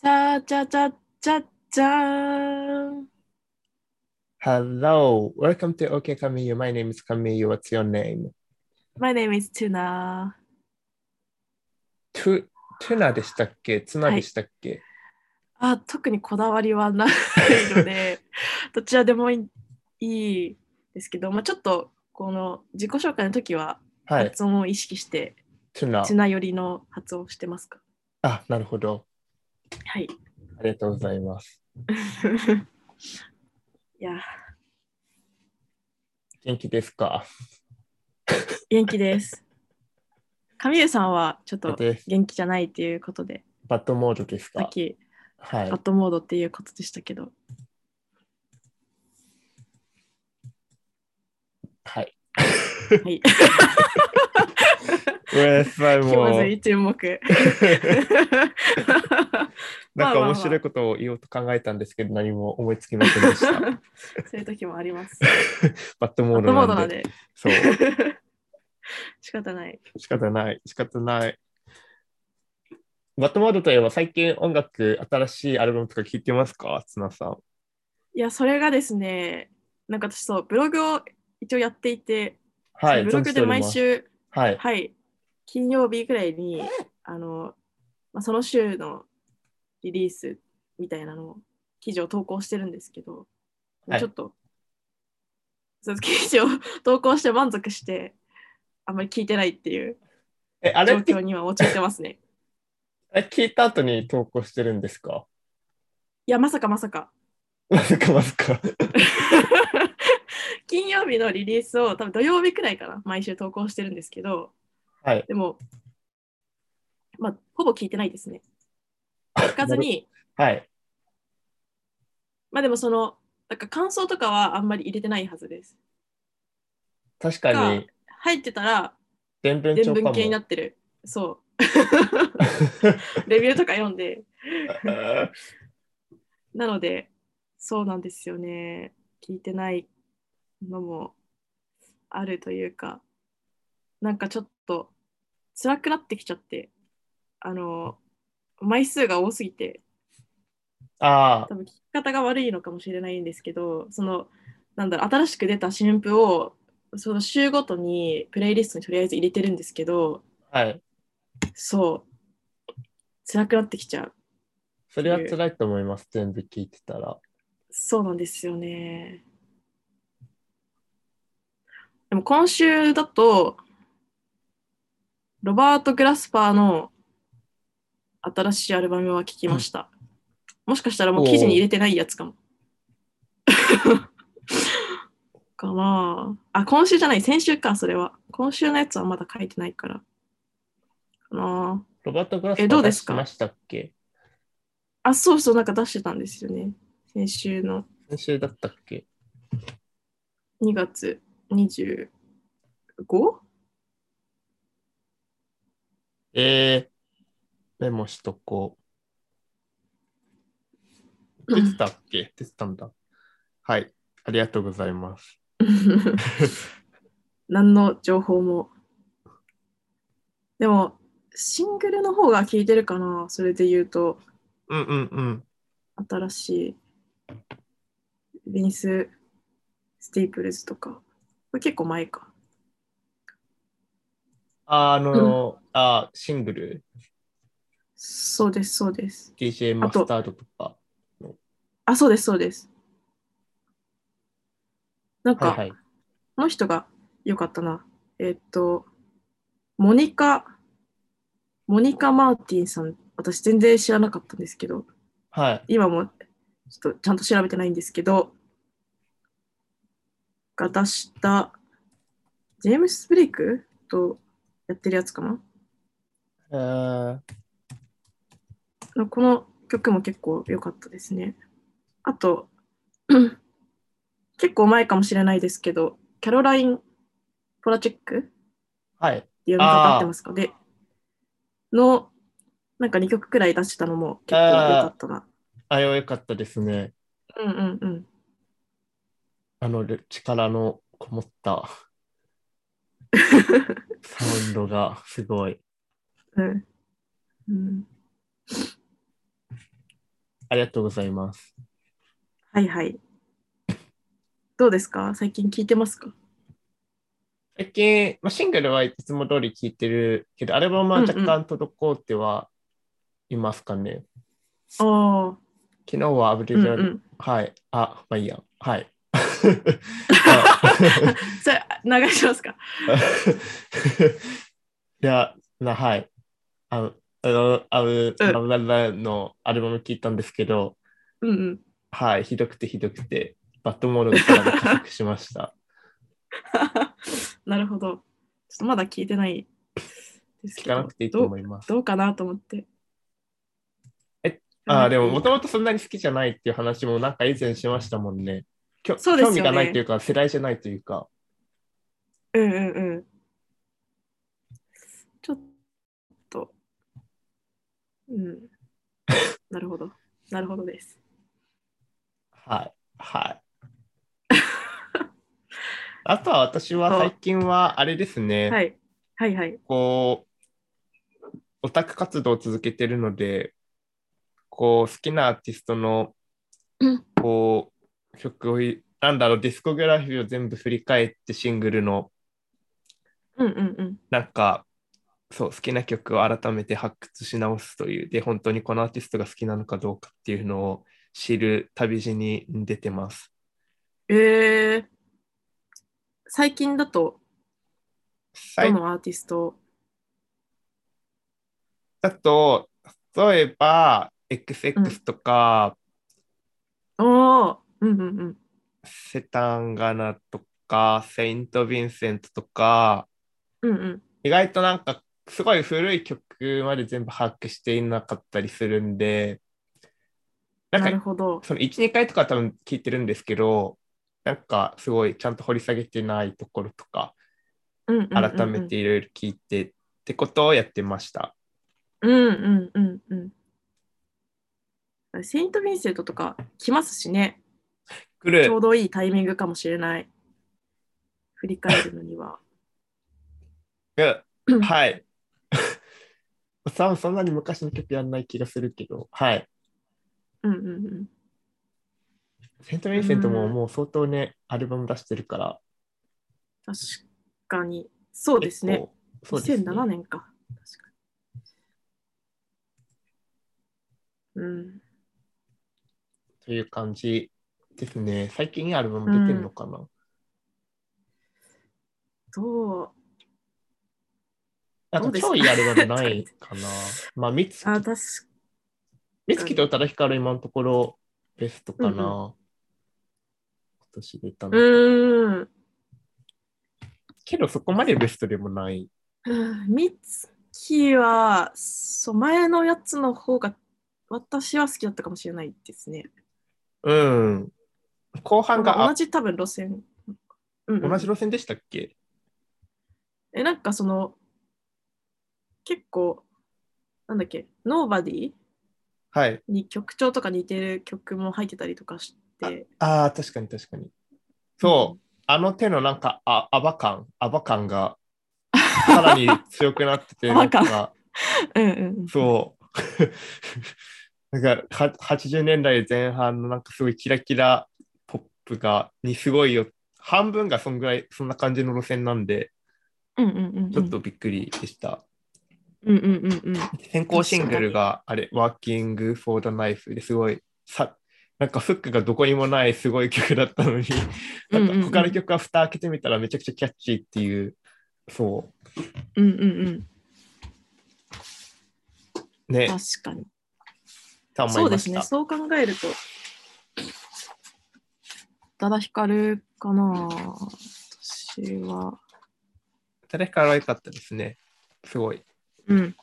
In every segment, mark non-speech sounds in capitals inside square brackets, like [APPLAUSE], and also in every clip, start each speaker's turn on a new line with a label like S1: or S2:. S1: チャチャチャチャチャーン。
S2: Hello, welcome to OK Kamiyu. My name is Kamiyu. What's your name?
S1: My name is Tuna.
S2: トゥトゥナでしたっけツナでしたっけ、
S1: あ、特にこだわりはないの
S2: [LAUGHS]
S1: で、どちらでもいいいいですけど、まあ、ちょっとこの自己紹介の時は
S2: はい、
S1: 発音を意識して、
S2: トゥナ
S1: チュ。ナ寄りの発音をしてますか
S2: あ、なるほど。
S1: はい。い
S2: ありがとうございます。
S1: や、
S2: 元気ですか
S1: 元気
S2: [LAUGHS]
S1: です。神江さんはちょっと
S2: です
S1: 元気じゃないっていうことで、
S2: バッドモードです
S1: さっ
S2: か
S1: き
S2: はい
S1: バッ。トモードっていうことでしたけど、
S2: はい。
S1: はい。
S2: ごめんなさい、
S1: [LAUGHS] 気ま
S2: も
S1: ず
S2: [LAUGHS] う。
S1: い注目。まあ
S2: なん
S1: まあ
S2: か
S1: まあ
S2: 面白いことを言おうと考えたんですけど、何も思いつきませんでした。
S1: [LAUGHS] そういう時もあります。
S2: バッド
S1: バ
S2: モー
S1: ット
S2: ド
S1: モー
S2: な
S1: ド
S2: ん
S1: なん
S2: で。
S1: で。
S2: そう。
S1: 仕方ない。
S2: 仕方ない、仕方ない。バッドモードといえば最近音楽、新しいアルバムとか聴いてますか綱さん。
S1: いや、それがですね、なんか私そう、ブログを一応やっていて、
S2: はい、
S1: そのブログで毎
S2: 存じており
S1: 週、
S2: ます。はい、
S1: はい、金曜日ぐらいに、あの、まあ、その週のリリースみたいなのを、記事を投稿してるんですけど、
S2: はい
S1: ちょっと、その記事を投稿して満足して、あんまり聞いてないっていう
S2: え、あれ
S1: 状
S2: って
S1: 況には陥ってますね。
S2: え聞いた後に投稿してるんですか [LAUGHS]
S1: いや、まさかまさか。
S2: まさかまさか。 [LAUGHS]
S1: 金曜日のリリースを多分土曜日くらいかな毎週投稿してるんですけど
S2: はい。
S1: でもまあほぼ聞いてないですね聞かずに
S2: はい。
S1: まあでもそのなんか感想とかはあんまり入れてないはずです
S2: 確かに、
S1: 入ってたら
S2: 伝文
S1: 伝
S2: 帳かも
S1: 文。系になってるそうレビューとか読んでなのでそうなんですよね聞いてないのもあるというかなんかちょっと辛くなってきちゃってあの枚数が多すぎて
S2: [LAUGHS] ああ
S1: 多、分聞き方が悪いのかもしれないんですけどそのなんだろう新しく出た新譜をその週ごとにプレイリストにとりあえず入れてるんですけど
S2: はい。
S1: そう辛くなってきちゃう
S2: それは辛いと思います、全部聞いてたら。
S1: そうなんですよね。でも今週だと、ロバート・グラスパーの新しいアルバムは聞きました。もしかしたらもう記事に入れてないやつかも。 [LAUGHS] かなあ。あ、今週じゃない、先週か、それは。今週のやつはまだ書いてないから。かな
S2: ロバート・グラス
S1: えどうですか
S2: 出しましたっけ
S1: あ、そうそう、なんか出してたんですよね。先週の
S2: 先週だったっけ
S1: 2月 25?
S2: [LAUGHS] えー、メモしとこう。出てたっ
S1: [LAUGHS]
S2: け出てたんだ。はい。ありがとうございます。
S1: 何の情報も。でも、シングルの方が聞いてるかな、それで言うと、
S2: うんうんうん。
S1: 新しい、ビニス・スティープルズとか。これ結構前か。
S2: ああの、あーシングル、
S1: そうです、そうです。
S2: DJ マスタードとか。
S1: あ、そうです、そうです。なんか、
S2: はいは
S1: こ
S2: い。
S1: の人が良かったな。えーっと、モニカ、モニカ・マーティンさん、私全然知らなかったんですけど、
S2: はい。
S1: 今もちょっとちゃんと調べてないんですけど、が出した、ジェームス・ブレイクとやってるやつかな
S2: えー、
S1: のこの曲も結構良かったですね。あと、 [CLEARS THROAT] 結構前かもしれないですけど、キャロライン・ポラチェック
S2: はい。
S1: っていうのが合ってますかで、の、なんか2曲くらい出してたのも結構良かったな。
S2: あれは良かったですね。
S1: うんうんうん。
S2: あの、れ力のこもった
S1: [LAUGHS]
S2: サウンドがすごい。
S1: うんうん、
S2: ありがとうございます。
S1: はいはい。どうですか最近聞いてますか
S2: 最近、まあ、シングルはいつも通り聴いてるけど、アルバムは若干滞ってはいますかね。
S1: ああ、
S2: 昨日はアブリ
S1: うん
S2: ジ
S1: う
S2: ャル、
S1: ん。
S2: はい。あ、まあいいや。
S1: [LAUGHS]
S2: はい。
S1: それ流しますか
S2: いや、な、はい。あの、あの、あの、ラブラブラブのアルバム聴いたんですけど、
S1: うんうん。 [LAUGHS]
S2: はい、ひどくてひどくて、バッドモードでから加速しま
S1: [LAUGHS]
S2: した。
S1: なるほど。ちょっとまだ聞いてないです
S2: 聞
S1: け
S2: か
S1: ど
S2: なくていいと思います。
S1: どうどうかなと思って。
S2: えああ、でも、もともとそんなに好きじゃないっていう話も、なんか以前しましたもんね。きょ
S1: そうですよね
S2: 興味がないというか、世代じゃないというか。
S1: うんうんうん。ちょっと。うん。なるほど。なるほどです。
S2: はい、
S1: [LAUGHS]
S2: はい。あとは私は最近は、あれですね、
S1: はい。はいはい。
S2: こう、オタク活動を続けてるので、こう、好きなアーティストの
S1: うん、
S2: こう、曲をい、なんだろう、ディスコグラフィーを全部振り返って、シングルの、
S1: うんうんうん。
S2: なんか、そう、好きな曲を改めて発掘し直すという、で、本当にこのアーティストが好きなのかどうかっていうのを知る旅路に出てます。
S1: えー、最近だと
S2: 最
S1: どのアーティスト、
S2: だと、例えば、XX とか、
S1: おおうんうんうん。
S2: セタンガナとか、セイント・ヴィンセントとか、
S1: うんうん。
S2: 意外となんか、すごい古い曲まで全部把握していなかったりするんで、なん
S1: なる
S2: か、
S1: ほど。
S2: その1、2回とか多分聞いてるんですけど、なんか、すごいちゃんと掘り下げてないところとか、
S1: うんうんうんうん
S2: 改めて。いろいろ聞いてってことをやってました。
S1: うんうんうんうん。セイント・ヴィンセントとか来ますしね。
S2: 来
S1: ちょう
S2: る、
S1: どいいタイミングかもしれない。振り返るのには。
S2: うんはい。 [LAUGHS] さそんなに昔の曲やんない気がするけど、はい。
S1: [CLEARS THROAT] うんうんうん。
S2: セント・ヴィンセントも
S1: うん
S2: もう相当ね、アルバム出してるから。
S1: 確かに。そうですね。
S2: 結構。そうですね
S1: 2007年か。確かに。うん。
S2: という感じですね。最近いいアルバム出てるのかな、
S1: どう
S2: なんか
S1: ど
S2: 超
S1: う
S2: い
S1: で
S2: い
S1: すか
S2: アルバムないか
S1: [LAUGHS]
S2: なまあ、ミツ
S1: あ、確か
S2: ミツキと宇多田ヒカル今のところベストかな、
S1: うんうん
S2: 今年出たの
S1: うーん。
S2: けどそこまでベストでもない。
S1: うんミツキは、そう、前のやつの方が、私は好きだったかもしれないですね。
S2: うん。後半が、
S1: 同
S2: あ
S1: じ多分路線。うんうん
S2: 同じ路線でしたっけ
S1: え、なんかその、結構、なんだっけ、ノーバディ
S2: はい。
S1: に曲調とか似てる曲も入ってたりとかして。
S2: ああ、確かに確かに。そう。あの手のなんか、あ、アバ感、アバ感が、さらに強くなって
S1: [LAUGHS]
S2: て、
S1: ア
S2: なん
S1: バ感
S2: か、
S1: うん。うんうんうん。
S2: そう。 [LAUGHS] なんか、は80年代前半のなんかすごいキラキラポップが、にすごいよ。半分がそんぐらい、そんな感じの路線なんで、
S1: うんうんうんうん。
S2: ちょっとびっくりでした。
S1: うんうんうんうん。
S2: 先行シングルが、あれ、ワーキング・フォー・ザ・ナイフですごい、さ、なんかフックがどこにもないすごい曲だっ
S1: [LAUGHS]
S2: たのに、な
S1: うんうんう
S2: んか
S1: ん
S2: 他の曲は蓋開けてみたらめちゃくちゃキャッチーっていう、そ
S1: うんうんうん。
S2: う、ね、
S1: 確かに。
S2: と思
S1: そう
S2: い
S1: で
S2: ますし
S1: ね。
S2: た。
S1: そう考えると、宇多田ヒカルかな私は。
S2: 誰から良かったですね。すごい。
S1: うん。ん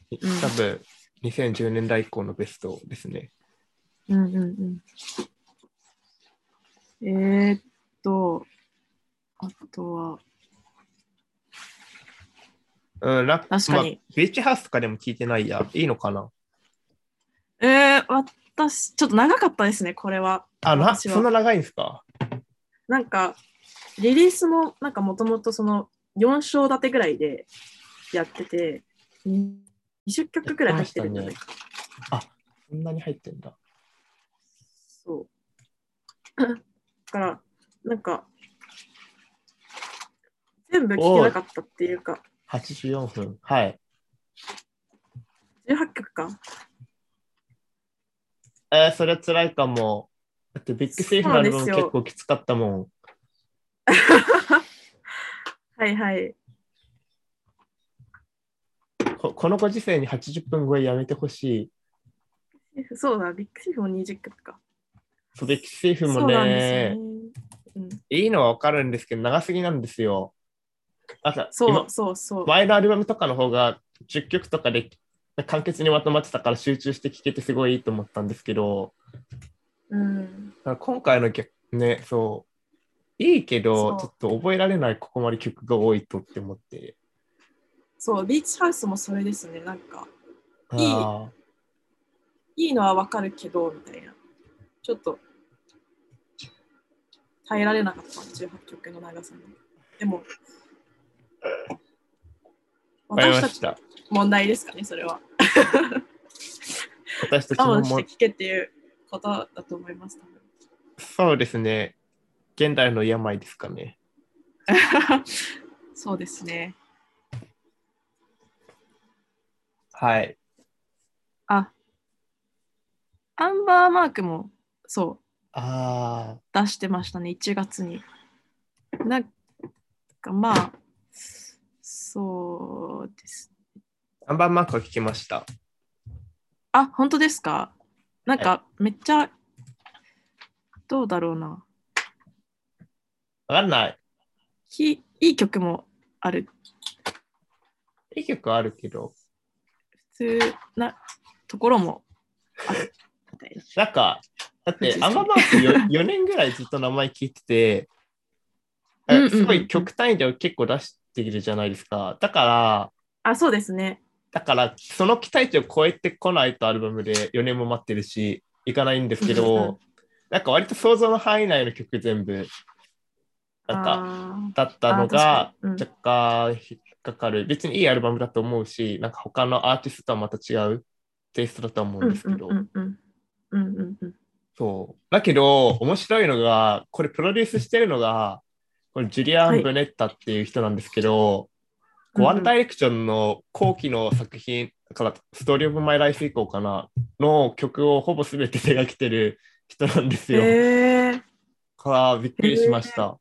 S2: 多分、2010年代以降のベストですね。
S1: うんうんうん。えー、っと、あとは、
S2: うん、ラ確
S1: 確かに
S2: ビーチハウスとかでも聞いてないや。いいのかな
S1: えー、私、ちょっと長かったですね、これは。
S2: あ、な、
S1: 私は
S2: そんな長いんですか
S1: なんか、リリースも、なんかもともとその4章立てぐらいでやってて、20曲ぐらい入ってるんじゃないか。
S2: そんなに入ってんだ。
S1: そう。 [LAUGHS] だから、なんか、全部聞けなかったっていうか、
S2: 84分。はい。
S1: 18曲か。
S2: えー、それ辛いかも。だってビッグセーフのアルバム
S1: そうなんですよ
S2: 結構きつかったもん。
S1: はいはい。
S2: ここのご時世に80分超えやめてほしい。
S1: そうだ、ビッグシーフも20曲か。
S2: そうビッグセーフも
S1: そうなんですよ
S2: ね
S1: ね。うん、
S2: いいのはわかるんですけど、長すぎなんですよ。あさ
S1: そう
S2: 今
S1: そうそう。
S2: 前のアルバムとかの方が10曲とかで簡潔にまとまってたから集中して聴けてすごいいいと思ったんですけど、
S1: うん、
S2: だから今回の曲ね、そう、いいけど、ち
S1: そ
S2: ょっと覚えられないここまで曲が多いとって思って。
S1: そう、ビーチハウスもそれですね。なんか、いい
S2: あ
S1: いいのはわかるけど、みたいな。ちょっと、耐えられなかった、18曲の長さに。でも、
S2: ーわかり
S1: 私
S2: ま
S1: た
S2: し
S1: ち
S2: た。
S1: 問題ですかね、それは。
S2: 私たち
S1: 我
S2: の
S1: 慢し
S2: も
S1: て、聞けっていうことだと思います。多分
S2: そうですね、現代の病ですかね。
S1: [LAUGHS] そうですね。
S2: はい。
S1: あ、アンバーマークも、そう、
S2: ああ、
S1: 出してましたね、1月に。なんかまあ、そうです。
S2: 3番マークを聞きました。
S1: あ、本当ですかなんかめっちゃ、どうだろうな。
S2: わかんない。
S1: きいい曲もある。
S2: いい曲はあるけど、
S1: 普通なところもあるみたいな。
S2: なんか、だって
S1: [LAUGHS] そうです、ね
S2: アンバーマークよ 4, 年ぐらいずっと名前聞いてて、あ
S1: うんうんうん
S2: すごい極端で結構出してるじゃないですか。だから、
S1: あ、そうですね。
S2: だから、その期待値を超えてこないとアルバムで4年も待ってるし、いかないんですけ
S1: うんうんうん
S2: ど、なんか割と想像の範囲内の曲全部、なん
S1: あ
S2: か、だったのが
S1: あー確
S2: 若干引っかかる、別にいいアルバムだと思うし、なんか他のアーティストとはまた違うテイストだと思う
S1: ー
S2: んですけど、
S1: うんうんうんうん。うんうんうん。
S2: そう。だけど、面白いのが、これプロデュースしてるのが、これジュリア
S1: は
S2: ン・
S1: い
S2: ブネッタっていう人なんですけど、
S1: うんうん
S2: ワンダイレクションの後期の作品から、ストーリー・オブ・マイ・ライフ以降かな、の曲をほぼ全て手がけてる人なんですよ。
S1: へえー、
S2: からびっくりしました。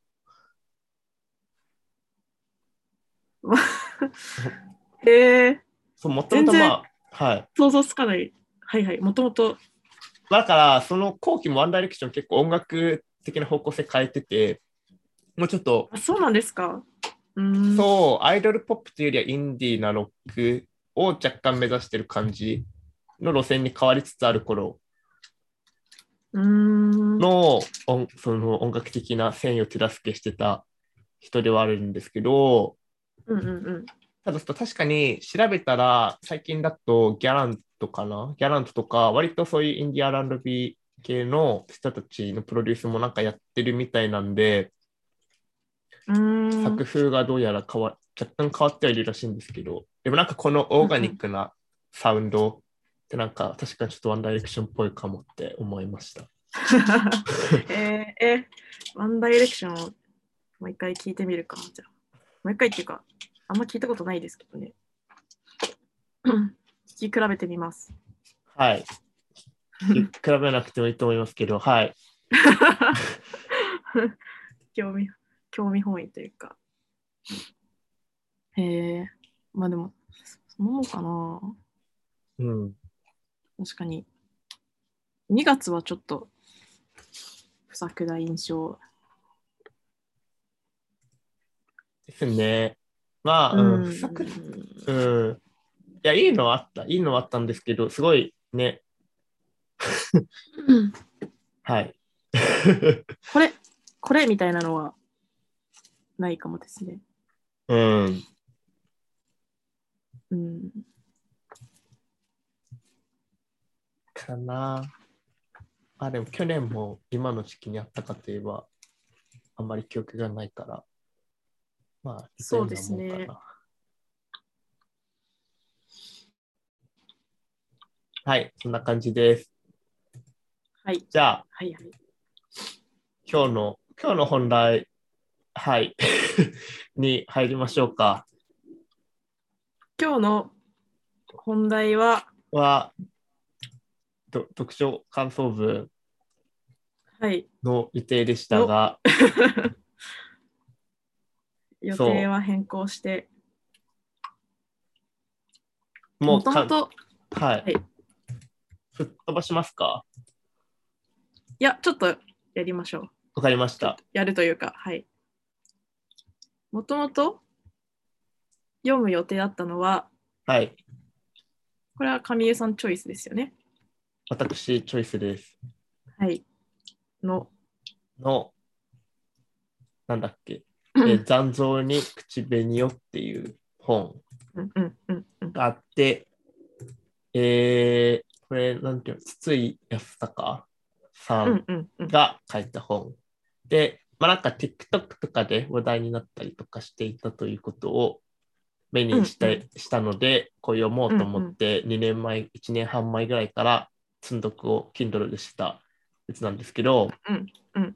S1: へえー、
S2: そう、もともと
S1: 全然
S2: まあ、はい。
S1: 想像つかない。はいはい。もともと。
S2: まあだから、その後期もワンダイレクション結構音楽的な方向性変えてて、もうちょっと
S1: あ、そうなんですか。うーん。
S2: そう、アイドルポップというよりはインディーなロックを若干目指してる感じの路線に変わりつつある頃
S1: うーん。
S2: の音その音楽的な繊維を手助けしてた人ではあるんですけど、
S1: うんうんうん。
S2: ただ確かに調べたら最近だとギャラントかなギャラントとか割とそういうインディアランドビー系の人たちのプロデュースもなんかやってるみたいなんで、
S1: うーん
S2: 作風がどうやら変わ若干変わってはいるらしいんですけど、でもなんかこのオーガニックなサウンドってなんか確かにちょっとワンダイレクションっぽいかもって思いました。
S1: [LAUGHS] えー、えー、ワンダイレクションをもう一回聞いてみるか。じゃあもう一回っていうか、あんま聞いたことないですけどね。 [CLEARS THROAT] うん聞き比べてみます。 [LAUGHS]
S2: はい。比べなくてもいいと思いますけど、はい。
S1: 興味、興味本位というか。へえまあでも、そのもんかな。
S2: うん。
S1: 確かに。2月はちょっと、不作な印象。
S2: ですね。まあ、うん。不作うん。いや、いいのはあった。いいのはあったんですけど、すごいね。
S1: うん
S2: [LAUGHS] はい。
S1: これ、これみたいなのはないかもですね。
S2: うん。
S1: うん。
S2: かな。あ、でも去年も今の時期にあったかといえば、あんまり記憶がないから。まあ、
S1: そうですね
S2: 似たようなもんかなはい、そんな感じです。
S1: はい。
S2: じゃあ、
S1: はいはい。
S2: 今日の、今日の本題、はい、 [LAUGHS] に入りましょうか。
S1: 今日の本題は、
S2: は、と読書感想文
S1: はい。
S2: の予定でしたが、
S1: 予
S2: そう
S1: 定は変更して、も
S2: もう
S1: と
S2: か
S1: もと、
S2: はい、
S1: はい
S2: 吹っ飛ばしますか
S1: いや、ちょっとやりましょう。
S2: わかりました。
S1: やるというか、はい。もともと読む予定だったのは、
S2: はい。
S1: これは神江さんチョイスですよね。
S2: 私、チョイスです。
S1: はい。の、
S2: の、なんだっけ、えー残像に口紅をっていう本
S1: うんうんうんうん。
S2: があって、えー、これ、なんていうの、筒井康隆さ
S1: うんんうんうん。
S2: が書いた本。で、まあ、なんか TikTok とかで話題になったりとかしていたということを目にして、
S1: うん
S2: したので、こう読もうと思って、2年前、1年半前ぐらいから積読を Kindle でしたやつなんですけど、
S1: うん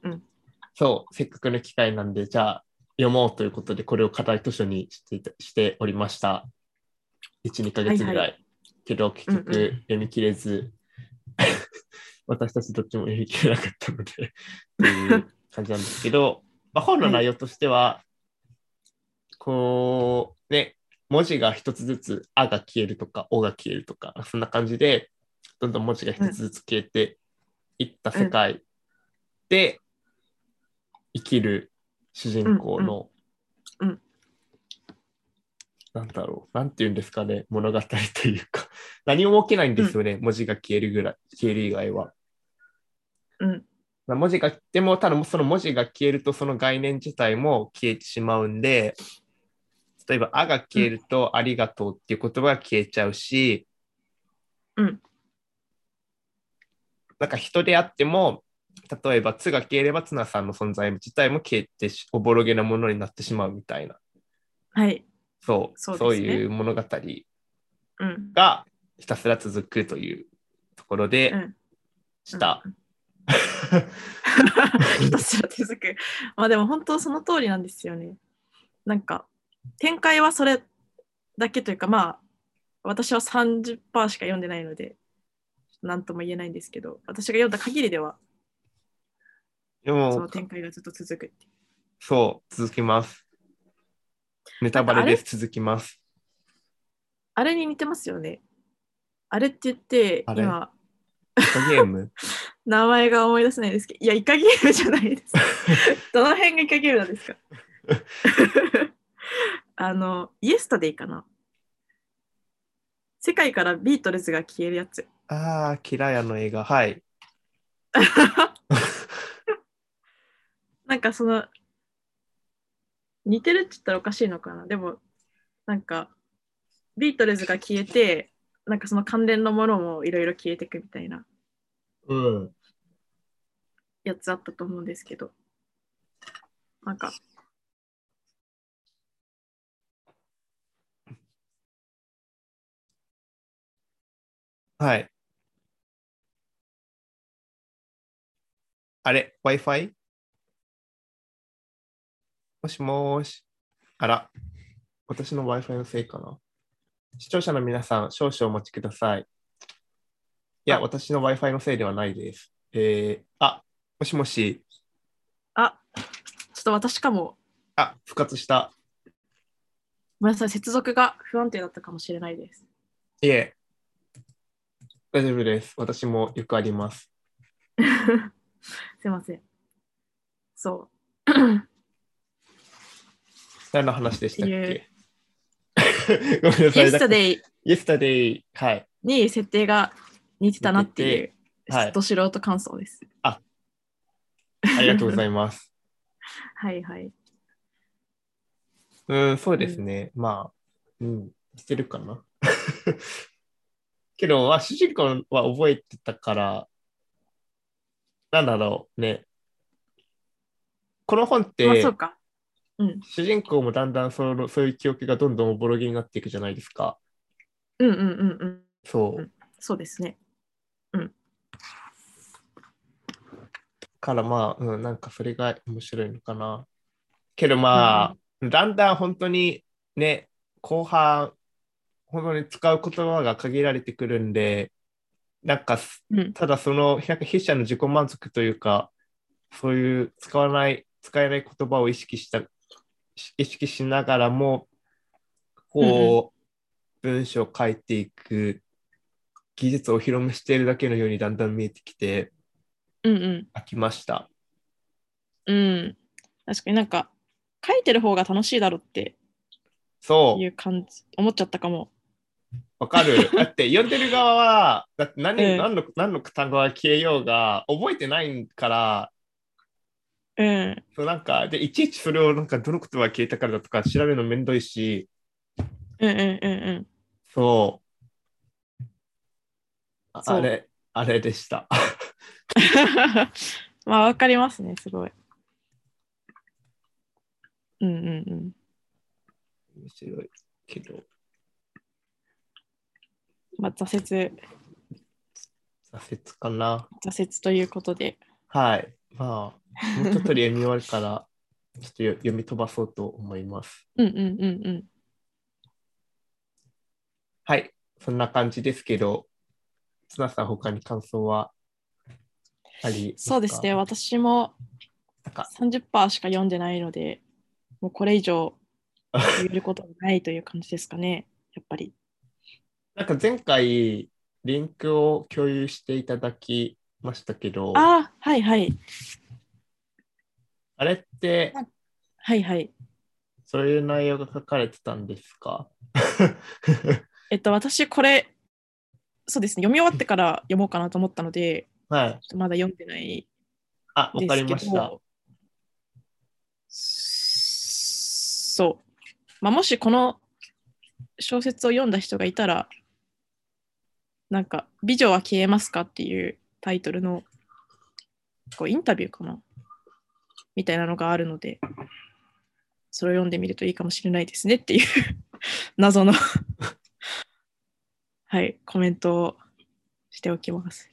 S1: うん。
S2: そう、せっかくの機会なんで、じゃあ読もうということで、これを課題図書にしていたしておりました。1、2ヶ月ぐらい。
S1: は
S2: けど、結局
S1: うんう
S2: 読み切れず、 [LAUGHS] 私たちどっちも読み切れなかっ
S1: [LAUGHS]
S2: たので、という感じなんですけど、まあ、本の内容としては、こう、ね、文字が一つずつ、あが消えるとか、おが消えるとか、そんな感じで、どんどん文字が一つずつ消えていった世界で生きる主人公の、
S1: うんうん
S2: なんだろう、なんて言うんですかね、物語というか、何も起きないんですよね、文字が消えるぐらい、消える以外は。
S1: うん
S2: まあ文字が、でも、ただその文字が消えると、その概念自体も消えてしまうんで、例えば、あが消えると、ありがとうっていう言葉が消えちゃうし、
S1: うん
S2: なんか人であっても、例えば、つが消えれば、つなさんの存在自体も消えてし、おぼろげなものになってしまうみたいな、
S1: はい。
S2: そう、
S1: そ
S2: そうう
S1: ですね
S2: いう物語
S1: うん。
S2: がひたすら続くというところ
S1: う
S2: で
S1: ん
S2: した。
S1: うん [LAUGHS] ひたすら手作り。まあでも本当その通りなんですよね。なんか展開はそれだけというかまあ私は30%しか読んでないので何とも言えないんですけど私が読んだ限りでは
S2: で
S1: そ
S2: も
S1: の、展開がずっと続くっていう
S2: そう、続きます。ネタバレです、続きます。
S1: あれに似てますよね。あれって言って
S2: あれ
S1: 今
S2: イカゲーム
S1: 名前が思い出せないですけどいやイカゲームじゃないです。どの辺がイカゲームなんですか [LAUGHS] あの、イエスタデイかな世界からビートルズが消えるやつ。
S2: [LAUGHS] ああ、キラヤの映画、はい。
S1: なんかその、似てるって言ったらおかしいのかなでも、なんか、ビートルズが消えて、なんかその関連のものもいろいろ消えてくみたいな
S2: うん。
S1: やつあったと思うんですけど、なんか、
S2: はい。あれ、Wi-Fi? もしもーし。あら、私の Wi-Fi のせいかな。視聴者の皆さん、少々お待ちください。いや、
S1: あ
S2: 私の Wi-Fi のせいではないです。えー、あ、もしもし。
S1: あちょっと私かも、
S2: あ、復活した。
S1: ごめんなさい、接続が不安定だったかもしれないです。 [LAUGHS]
S2: いえ。大丈夫です。私もよくあります。
S1: すいません。そう。
S2: 何の話でしたっ
S1: ってい
S2: け [LAUGHS] ごめんなさ
S1: イエ
S2: い。
S1: スタデイ
S2: Yesterday はい。
S1: に設定が似てたなっていう、
S2: 似ててはい
S1: ど素人感想です。
S2: ありがとうござ
S1: [LAUGHS]
S2: います。
S1: はいはい。
S2: うん、そうですね。まあ、うん、してるかな。 [LAUGHS] けど、まあ、主人公は覚えてたから、なんだろうね。この本っ
S1: まあ
S2: て
S1: そう、か。うん。
S2: 主人公もだんだんそのそういう記憶がどんどんおぼろげになっていくじゃないですか。
S1: うんうんうんうん。
S2: そうう。
S1: そうですね。
S2: からまあ、うん、なんかそれが面白いのかな。けどまあ、だんだん本当にね、後半、本当に使う言葉が限られてくるんで、なんかす
S1: うん
S2: ただその、なんか筆者の自己満足というか、そういう使わない、使えない言葉を意識した、し意識しながらも、こう、文章を書いていく技術をお披露目しているだけのようにだんだん見えてきて、
S1: うん
S2: 飽きました。
S1: うんうん確かになんか書いてる方が楽しいだろうって
S2: そう
S1: い。う感じ思っちゃったかも
S2: わ
S1: [LAUGHS]
S2: かる。だって読んでる側は、だって何,、
S1: うん
S2: 何の何の単語が消えようが覚えてないから、
S1: うん
S2: そうなんかでいちいちそれをなんかどの言葉が消えたからだとか調べるのめんどいし、
S1: うんうんうんうん
S2: そう。あ
S1: そう
S2: あれ、あれでした。
S1: [LAUGHS] まあわかりますねすごい。うんうんうん。
S2: 面白いけど、
S1: まあ挫折
S2: 挫折かな。
S1: 挫折ということで。
S2: はい。まあ、もうちょっとで読み終わるから、ちょっとよ読み飛ばそうと思います。
S1: うんうんうんうん。
S2: はい。そんな感じですけど、綱さん、他に感想はありますか
S1: そうですね私も
S2: なんか
S1: 30%しか読んでないのでもうこれ以上言えることはないという感じですかね
S2: [LAUGHS]
S1: やっぱり。
S2: なんか前回、リンクを共有していただきましたけど、あ
S1: ああはいはい
S2: れって、
S1: はいはい。
S2: そういう内容が書かれてたんですか
S1: えっと私これそうですね読み終わってから読もうかなと思ったので
S2: はい。
S1: ちょっとまだ読んでない
S2: あ、わかりま
S1: です
S2: し
S1: け
S2: た。
S1: どそう。まあ、もしこの小説を読んだ人がいたら、なんか、美女は消えますかっていうタイトルのこうインタビューかなみたいなのがあるので、それを読んでみるといいかもしれないですねっていう [LAUGHS] 謎のはい、コメントをしておきます。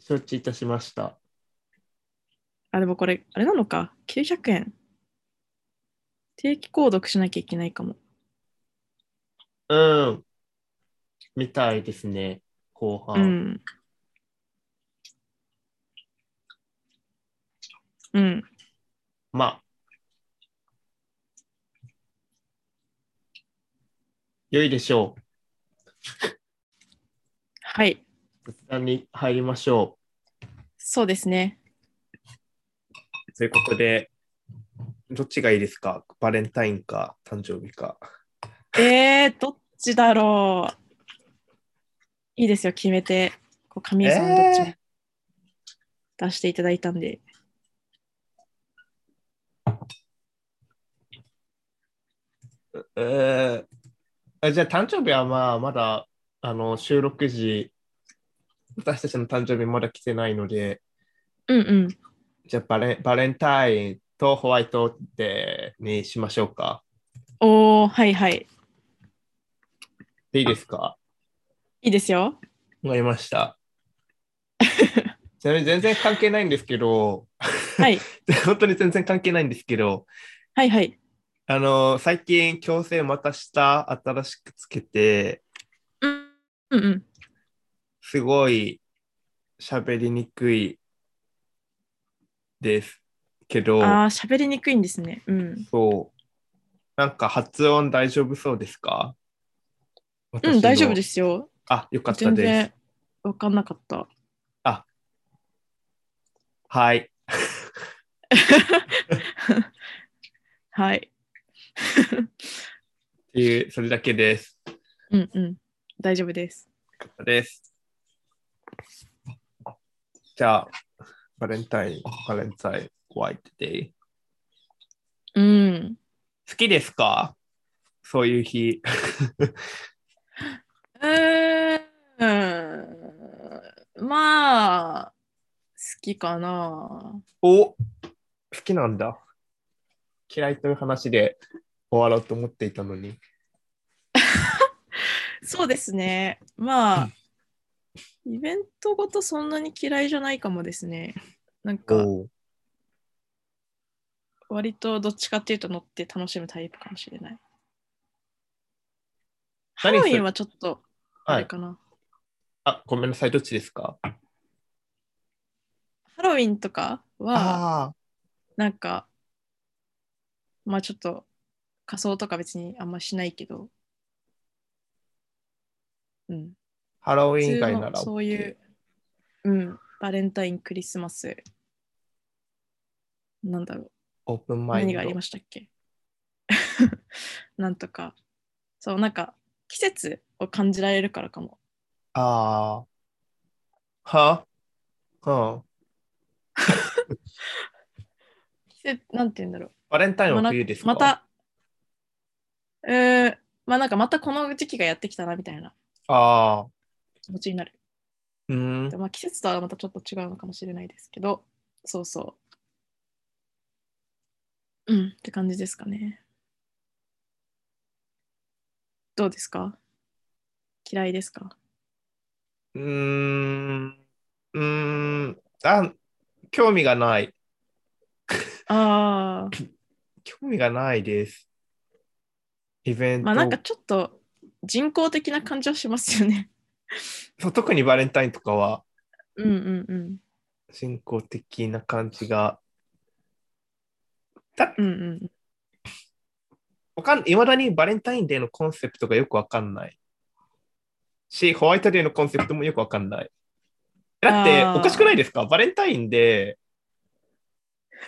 S2: 承知いたしました。
S1: あ、でもこれ、あれなのか。900円。定期購読しなきゃいけないかも。
S2: うん。みたいですね、後
S1: う
S2: 半。
S1: ん。うん。
S2: まあ。良いでしょう。
S1: はい。
S2: 仏壇に入りましょ
S1: そうですね。
S2: う。ということで、どっちがいいですかバレンタインか誕生日か。
S1: えー、どっちだろう。いいですよ、決めて。こう神谷さん、ど
S2: えー
S1: っちも出していただいたんで。
S2: えー、じゃあ誕生日はまあまだあの収録時、私たちの誕生日まだ来てないので、
S1: うんうん。
S2: じゃあバレンバレンタインとホワイトデーにしましょうか。
S1: おー、はいはい。
S2: でいいですか
S1: いいです
S2: [LAUGHS]
S1: よ。
S2: わかりました。ちなみに全然関係ないんですけど、
S1: はい。
S2: 本当に全然関係ないんですけど、
S1: はいはい。
S2: あの、最近、矯正またした、新しくつけて、
S1: うんうんうん。
S2: すごい喋りにくいですけど、
S1: あー、喋りにくいんですね。うん。
S2: そう。なんか発音大丈夫そうですか。
S1: うん、大丈夫ですすよ。
S2: あ、よかった
S1: 全
S2: で
S1: 然
S2: す。
S1: わかんなかった。
S2: はい。
S1: はい。
S2: っていう、それだけです。よ
S1: [LAUGHS] うんうん。大丈夫です。
S2: かったです。じゃあ、バレンタイン、バレンタイン、ホワイトデー。
S1: うん。
S2: 好きですかそういう日。
S1: うーん。まあ、好きかな。
S2: お好きなんだ。嫌いという話で終わろうと思っていたのに。
S1: そうですね。まあ、イベントごとそんなに嫌いじゃないかもですね。なんか
S2: おう
S1: 割とどっちかっていうと乗って楽しむタイプかもしれない。ハ
S2: 何
S1: ロウ
S2: す
S1: ィン
S2: る
S1: はちょっとあ
S2: は
S1: れ
S2: い。
S1: かな。
S2: あ、ごめんなさい。どっちですか
S1: ハロウィンとかは
S2: あ
S1: なんかまあちょっと仮装とか別にあんましないけど。うん。
S2: あ。ハロウ
S1: 普
S2: ィン以
S1: 通
S2: 外な
S1: の
S2: ら。
S1: そういう、うん、バレンタイン、クリスマス、なんだろう。
S2: オープンマインド。
S1: 何がありましたっけ [LAUGHS] なんとかそうなんか季節を感じられるからかも
S2: ああ。はうん。
S1: 季節なんて言うんだろう
S2: バレンタイン
S1: まあ
S2: は
S1: な
S2: 冬ですか
S1: ま。たうーんまあなんかまたこの時期がやってきたなみたいな
S2: ああ。
S1: 気持ちになる、
S2: うーん
S1: で。まあ、季節とはまたちょっと違うのかもしれないですけどそうそううんって感じですかねどうですか嫌いですか
S2: うーん。うーん。あ、興味がない。
S1: ああ
S2: 興味がないです。イベント。
S1: まあなんかちょっと人工的な感じはしますよね。
S2: そう特にバレンタインとかは
S1: うんうんうん。
S2: 人工的な感じが。だ
S1: うんうん、
S2: わかん、いまだにバレンタインデーのコンセプトがよくわかんない。し、ホワイトデーのコンセプトもよくわかんない。だって、
S1: あー
S2: おかしくないですかバレンタインで、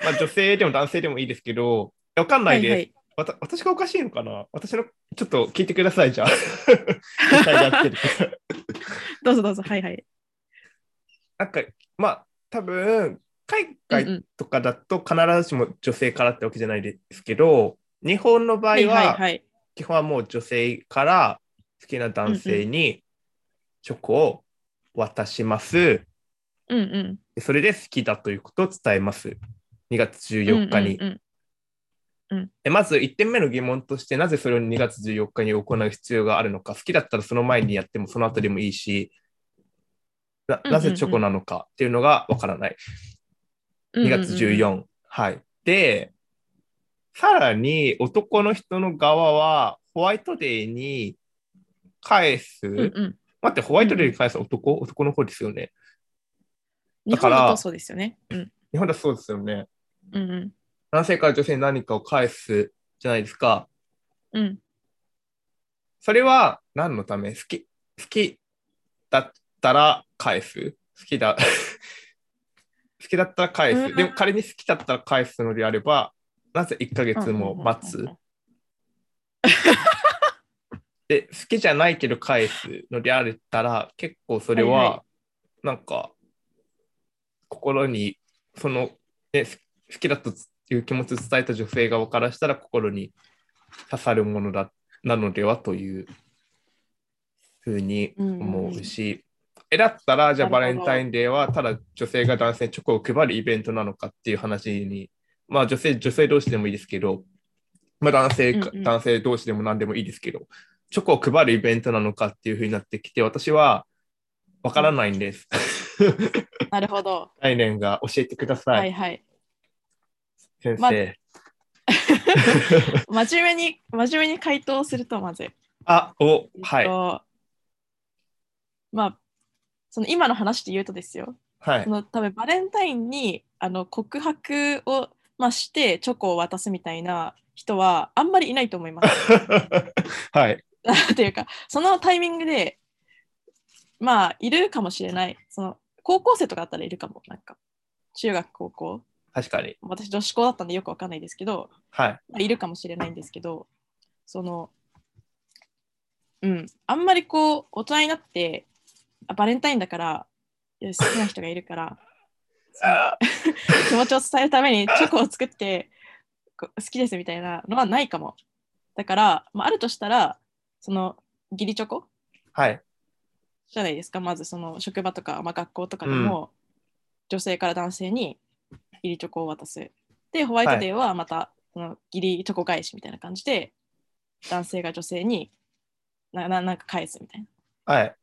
S2: まあ、女性でも男性でもいいですけど、わかんないです。
S1: はい
S2: わた私がおかしいのかな私の、ちょっと聞いてください、じゃ
S1: [LAUGHS]
S2: あ。実際やってるから
S1: どうぞどうぞ。はいはい。
S2: なんか、まあ、多分、海
S1: うんう
S2: 外
S1: ん
S2: とかだと必ずしも女性からってわけじゃないですけど、日本の場合
S1: はいはい
S2: は、
S1: はい。
S2: 基本はもう女性から好きな男性にチョコを渡します。
S1: うんうん。
S2: それで好きだということを伝えます。2月14日に。
S1: うんうん
S2: でまず1点目の疑問として、なぜそれを2月14日に行う必要があるのか、好きだったらその前にやってもその後でもいいし、
S1: うんうん
S2: な
S1: う
S2: なんぜチョコなのかっていうのがわからな
S1: うんう
S2: い。
S1: ん
S2: 2
S1: うん
S2: 月14。はい。で、さらに男の人の側は、ホワイトデーに返す、
S1: うんうん。
S2: 待って、ホワイトデーに関しては男、男の方ですよね。
S1: 日
S2: だか
S1: 本
S2: ら
S1: だとそうですよね。うん
S2: 日本だとそうですよね。
S1: うんうん
S2: 男性から女性に何かを返すじゃないですか。
S1: うん
S2: それは何のため好き、好きだったら返す好きだ。 [LAUGHS] 好きだったら返
S1: うん
S2: す。でも仮に好きだったら返すのであれば、なぜ1ヶ月も待
S1: うんう
S2: つ
S1: んうん
S2: で、好きじゃないけど返すのであったら、結構それ
S1: はいは
S2: は、なんか、心に、その、ね、す好きだという気持ちを伝えた女性側からしたら、心に刺さるものだ、なのではというふうに思うし、え、だったら、じゃあ
S1: なる
S2: バレ
S1: ほ
S2: ン
S1: ど
S2: タインデーは、ただ女性が男性にチョコを配るイベントなのかっていう話に、まあ女性、女性同士でもいいですけど、まあ男性か、
S1: うんうん
S2: 男性同士でも何でもいいですけど、チョコを配るイベントなのかっていうふうになってきて、私はわからない
S1: [LAUGHS]
S2: んです。
S1: なるほど。
S2: 来年が教えてください、
S1: はいはい。
S2: 先生。
S1: ま真面目に、真面目に回答するとまずい。
S2: あ、お、は
S1: えっ
S2: い、
S1: とまあ、その今の話で言うとですよ。
S2: はい。
S1: そ、の多分バレンタインにあの告白を、まあ、してチョコを渡すみたいな人はあんまりいないと思います
S2: [LAUGHS] [LAUGHS] はい、
S1: というかそのタイミングでまあいるかもしれないその高校生とかだったらいるかもなんか中学高校
S2: 確かに。
S1: 私女子校だったんでよくわかんないですけど、
S2: はい、
S1: まあ、いるかもしれないんですけどそのうんあんまりこう大人になってあバレンタインだからいや好きな人がいるから
S2: あ
S1: 気持ちを伝えるためにチョコを作ってこ好きですみたいなのはないかも。だから、まあ、あるとしたら、その義理チョコ
S2: はい、
S1: じゃないですか、まずその職場とか、まあ、学校とかでも、女性から男性に義理チョコを渡す。で、ホワイトデーはまたその義理チョコ返しみたいな感じで、男性が女性になななんか返すみたいな。
S2: はい、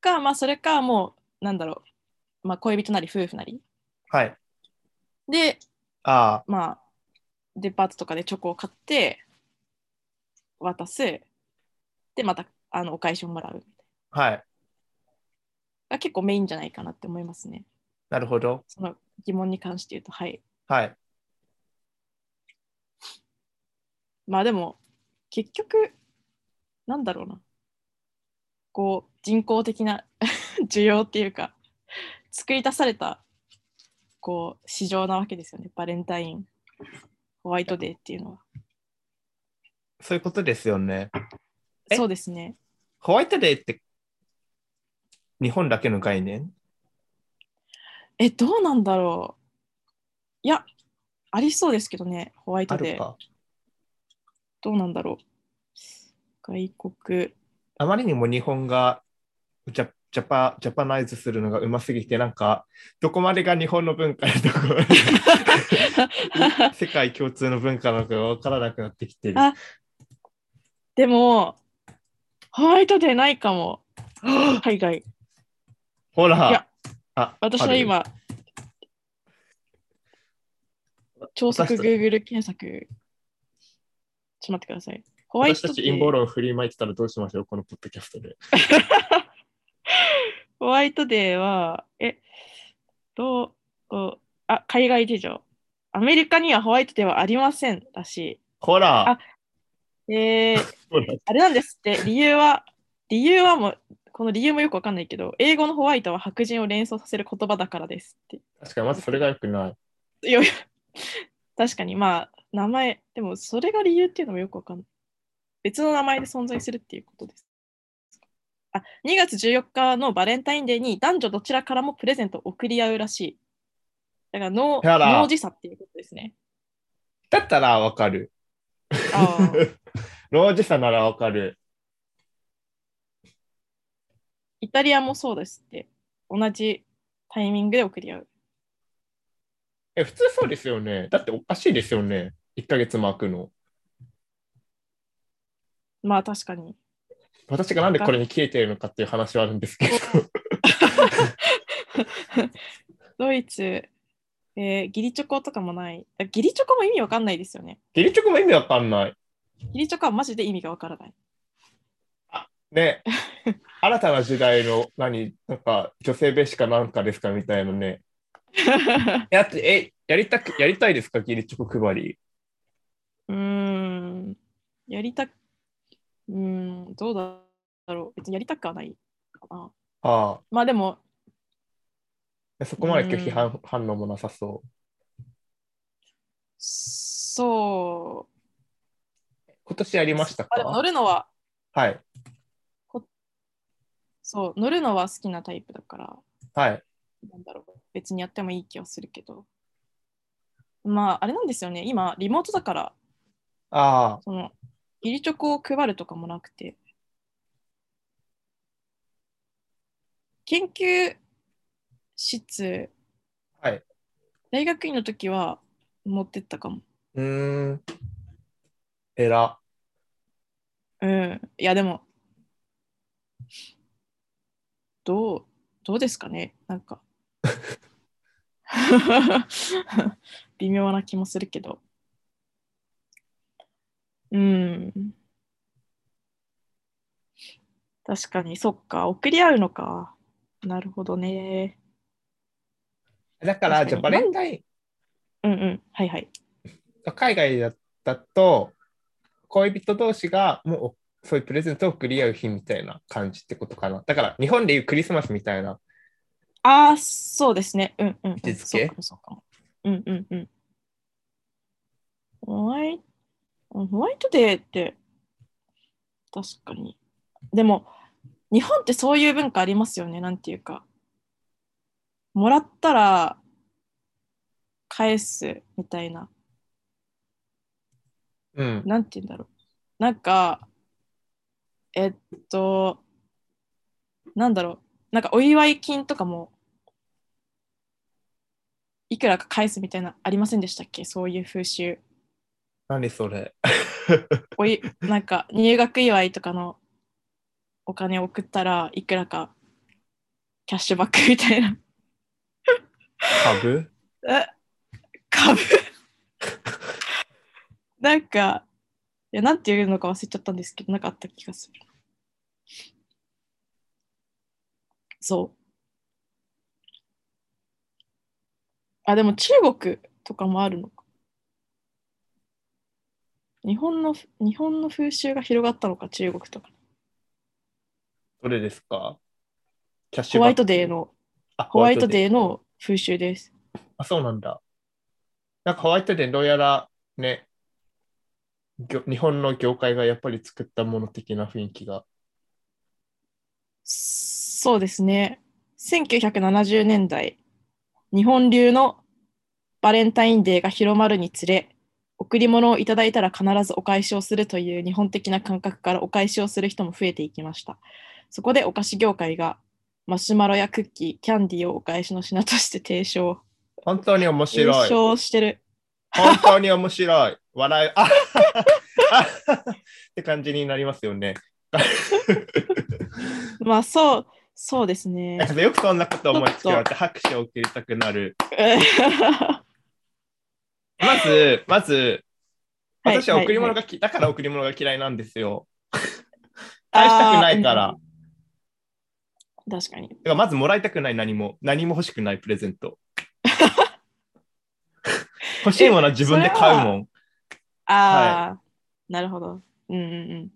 S1: か、まあ、それかもう、なんだろう、まあ、恋人なり夫婦なり
S2: はい。
S1: で、
S2: あ
S1: まあ、デパートとかでチョコを買って渡すでまたあのお返しをもらう
S2: あ、はい。
S1: が結構メインじゃないかなって思いますね
S2: なるほど。
S1: その疑問に関して言うとはい
S2: はい。
S1: まあでも結局なんだろうなこう人工的な [LAUGHS] 需要っていうか作り出されたこう市場なわけですよねバレンタインホワイトデーっていうのは
S2: そういうことですよね。え
S1: そうですね
S2: ホワイトデーって日本だけの概念
S1: えどうなんだろういやありそうですけどねホワイ
S2: あ
S1: ト
S2: る
S1: デー
S2: か。
S1: どうなんだろう外国 [LAUGHS]
S2: あまりにも日本がジャジャパジャパナイズするのがうますぎて、なんか、どこまでが日本の文化やどこまでが世界共通の文化なのかわからなくなってきてる。
S1: あでもホワイトデーないかも海外
S2: ほら、
S1: いや
S2: あ
S1: 私は、
S2: ある
S1: 今、超速
S2: 私た
S1: Google 検索。ちょっと待ってください。ホワイ
S2: 私
S1: ト
S2: たち
S1: デ
S2: 陰
S1: ー、
S2: 謀論を振りまいてたらどうしましょう、このポッドキャストで。
S1: ホワイトデーは、え、どうおあ、海外事情。アメリカにはホワイトデーはありませんらし
S2: ほら
S1: あ、い。えー、
S2: ほら
S1: あれなんですっ
S2: [LAUGHS]
S1: て、理由は、理由はもう、この理由もよくわかんないけど、英語のホワイトは白人を連想させる言葉だからですって。
S2: 確かにまずそれが良くない。
S1: いやいや確かにまあ名前でもそれが理由っていうのもよくわかんない別の名前で存在するっていうことですあ2月14日のバレンタインデーに男女どちらからもプレゼントを送り合うらしいだから脳
S2: あら
S1: 脳時差っていうことですね
S2: だったらわかる。
S1: あー
S2: 老人さんならわかる。
S1: イタリアもそうですって同じタイミングで送り合う
S2: え、普通そうですよね。だっておかしいですよね。1ヶ月も空くの。
S1: まあ確かに
S2: 私がなんでこれに消えてるのかっていう話はあるんです
S1: [LAUGHS]
S2: けど。
S1: ドイツ、えーギリチョコとかもないあギリチョコも意味わかんないですよね
S2: ギリチョコも意味わかんない。
S1: ギリチョコはマジで意味がわからない
S2: ね。 [LAUGHS] 新たな時代の何、なんか女性蔑視かなんかですかみたいなね。やって、え、やりたく、やりたいですかギリチョコ配り。
S1: うーん、やりたく、うーん、どうだろう。別にやりたくはないかな。
S2: あ
S1: まあでも、
S2: あ、そこまで拒否反反応もなさそ。
S1: そう
S2: 今年やり
S1: う。
S2: ました
S1: あでも乗
S2: か
S1: るのは、
S2: はい。
S1: そう、乗るのは好きなタイプだから、
S2: はい。
S1: なんだろう。別にやってもいい気はするけど。まあ、あれなんですよね。今、リモートだから、
S2: ああ、
S1: その、義理チョコを配るとかもなくて。研究室、
S2: はい。
S1: 大学院の時は持ってったかも。
S2: うーん。えら。
S1: うん。いや、でも、どう、どうですかねなんか。 [LAUGHS] 微妙な気もするけど。うん。確かに、そっか。送り合うのか。なるほどね。
S2: だから、
S1: 確かに
S2: じゃあバレンタイン、
S1: うんうん。はいはい。
S2: 海外だったと、恋人同士がもうそういうプレゼントを送り合う日みたいな感じってことかな。だから日本でいうクリスマスみたいな。
S1: ああ、そうですね。うんうん、うん。
S2: 位置づ
S1: そ
S2: け
S1: うかも、そうかも。うんうんうん。ホワイホワイトデーって、確かに。でも、日本ってそういう文化ありますよね。なんていうか。もらったら、返すみたいな。
S2: うん。
S1: なんて言うんだろう。なんか、えっと、なんだろう。なんかお祝い金とかも、いくらか返すみたいな、ありませんでしたっけそういう風習。
S2: 何それ。
S1: おい、なんか入学祝いとかのお金を送ったらいくらかキャッシュバックみたいな。
S2: 株
S1: え、株 [LAUGHS] なんか、いや、なんていうのか忘れちゃったんですけど、なんかあった気がする。そう。あ、でも中国とかもあるのか。日本の、日本の風習が広がったのか、中国とか。
S2: どれですかキャッシ
S1: ホ
S2: ュバ
S1: ワ
S2: ッ
S1: イ
S2: ク
S1: トデーの、
S2: あ
S1: ホワイトデー
S2: ホワイト
S1: の風習です。
S2: デーあ、そうなんだ。なんかホワイトデーどうやらね、ぎょ日本の業界がやっぱり作ったもの的な雰囲気が。
S1: そうですね。1970年代、日本流のバレンタインデーが広まるにつれ、贈り物をいただいたら必ずお返しをするという日本的な感覚からお返しをする人も増えていきました。そこでお菓子業界がマシュマロやクッキー、キャンディーをお返しの品として提唱。
S2: 本当に面
S1: 提
S2: 白い。
S1: 唱してる。
S2: 本当に面白い。笑い。ああって感じになりますよね。
S1: まあそう、そうですね。
S2: [LAUGHS] よくそんなこと思いつきられて拍手を送りたくなる。まず、まず、
S1: い
S2: 私は贈り物がき、だから贈り物が嫌いなんですよ。返したくないから。
S1: あーうん確かに。
S2: だからまずもらいたくない何も、何も欲しくないプレゼ
S1: [LAUGHS]
S2: ント。欲しいものは自分で買うもん。
S1: ああ、なるほど。うんうんうん。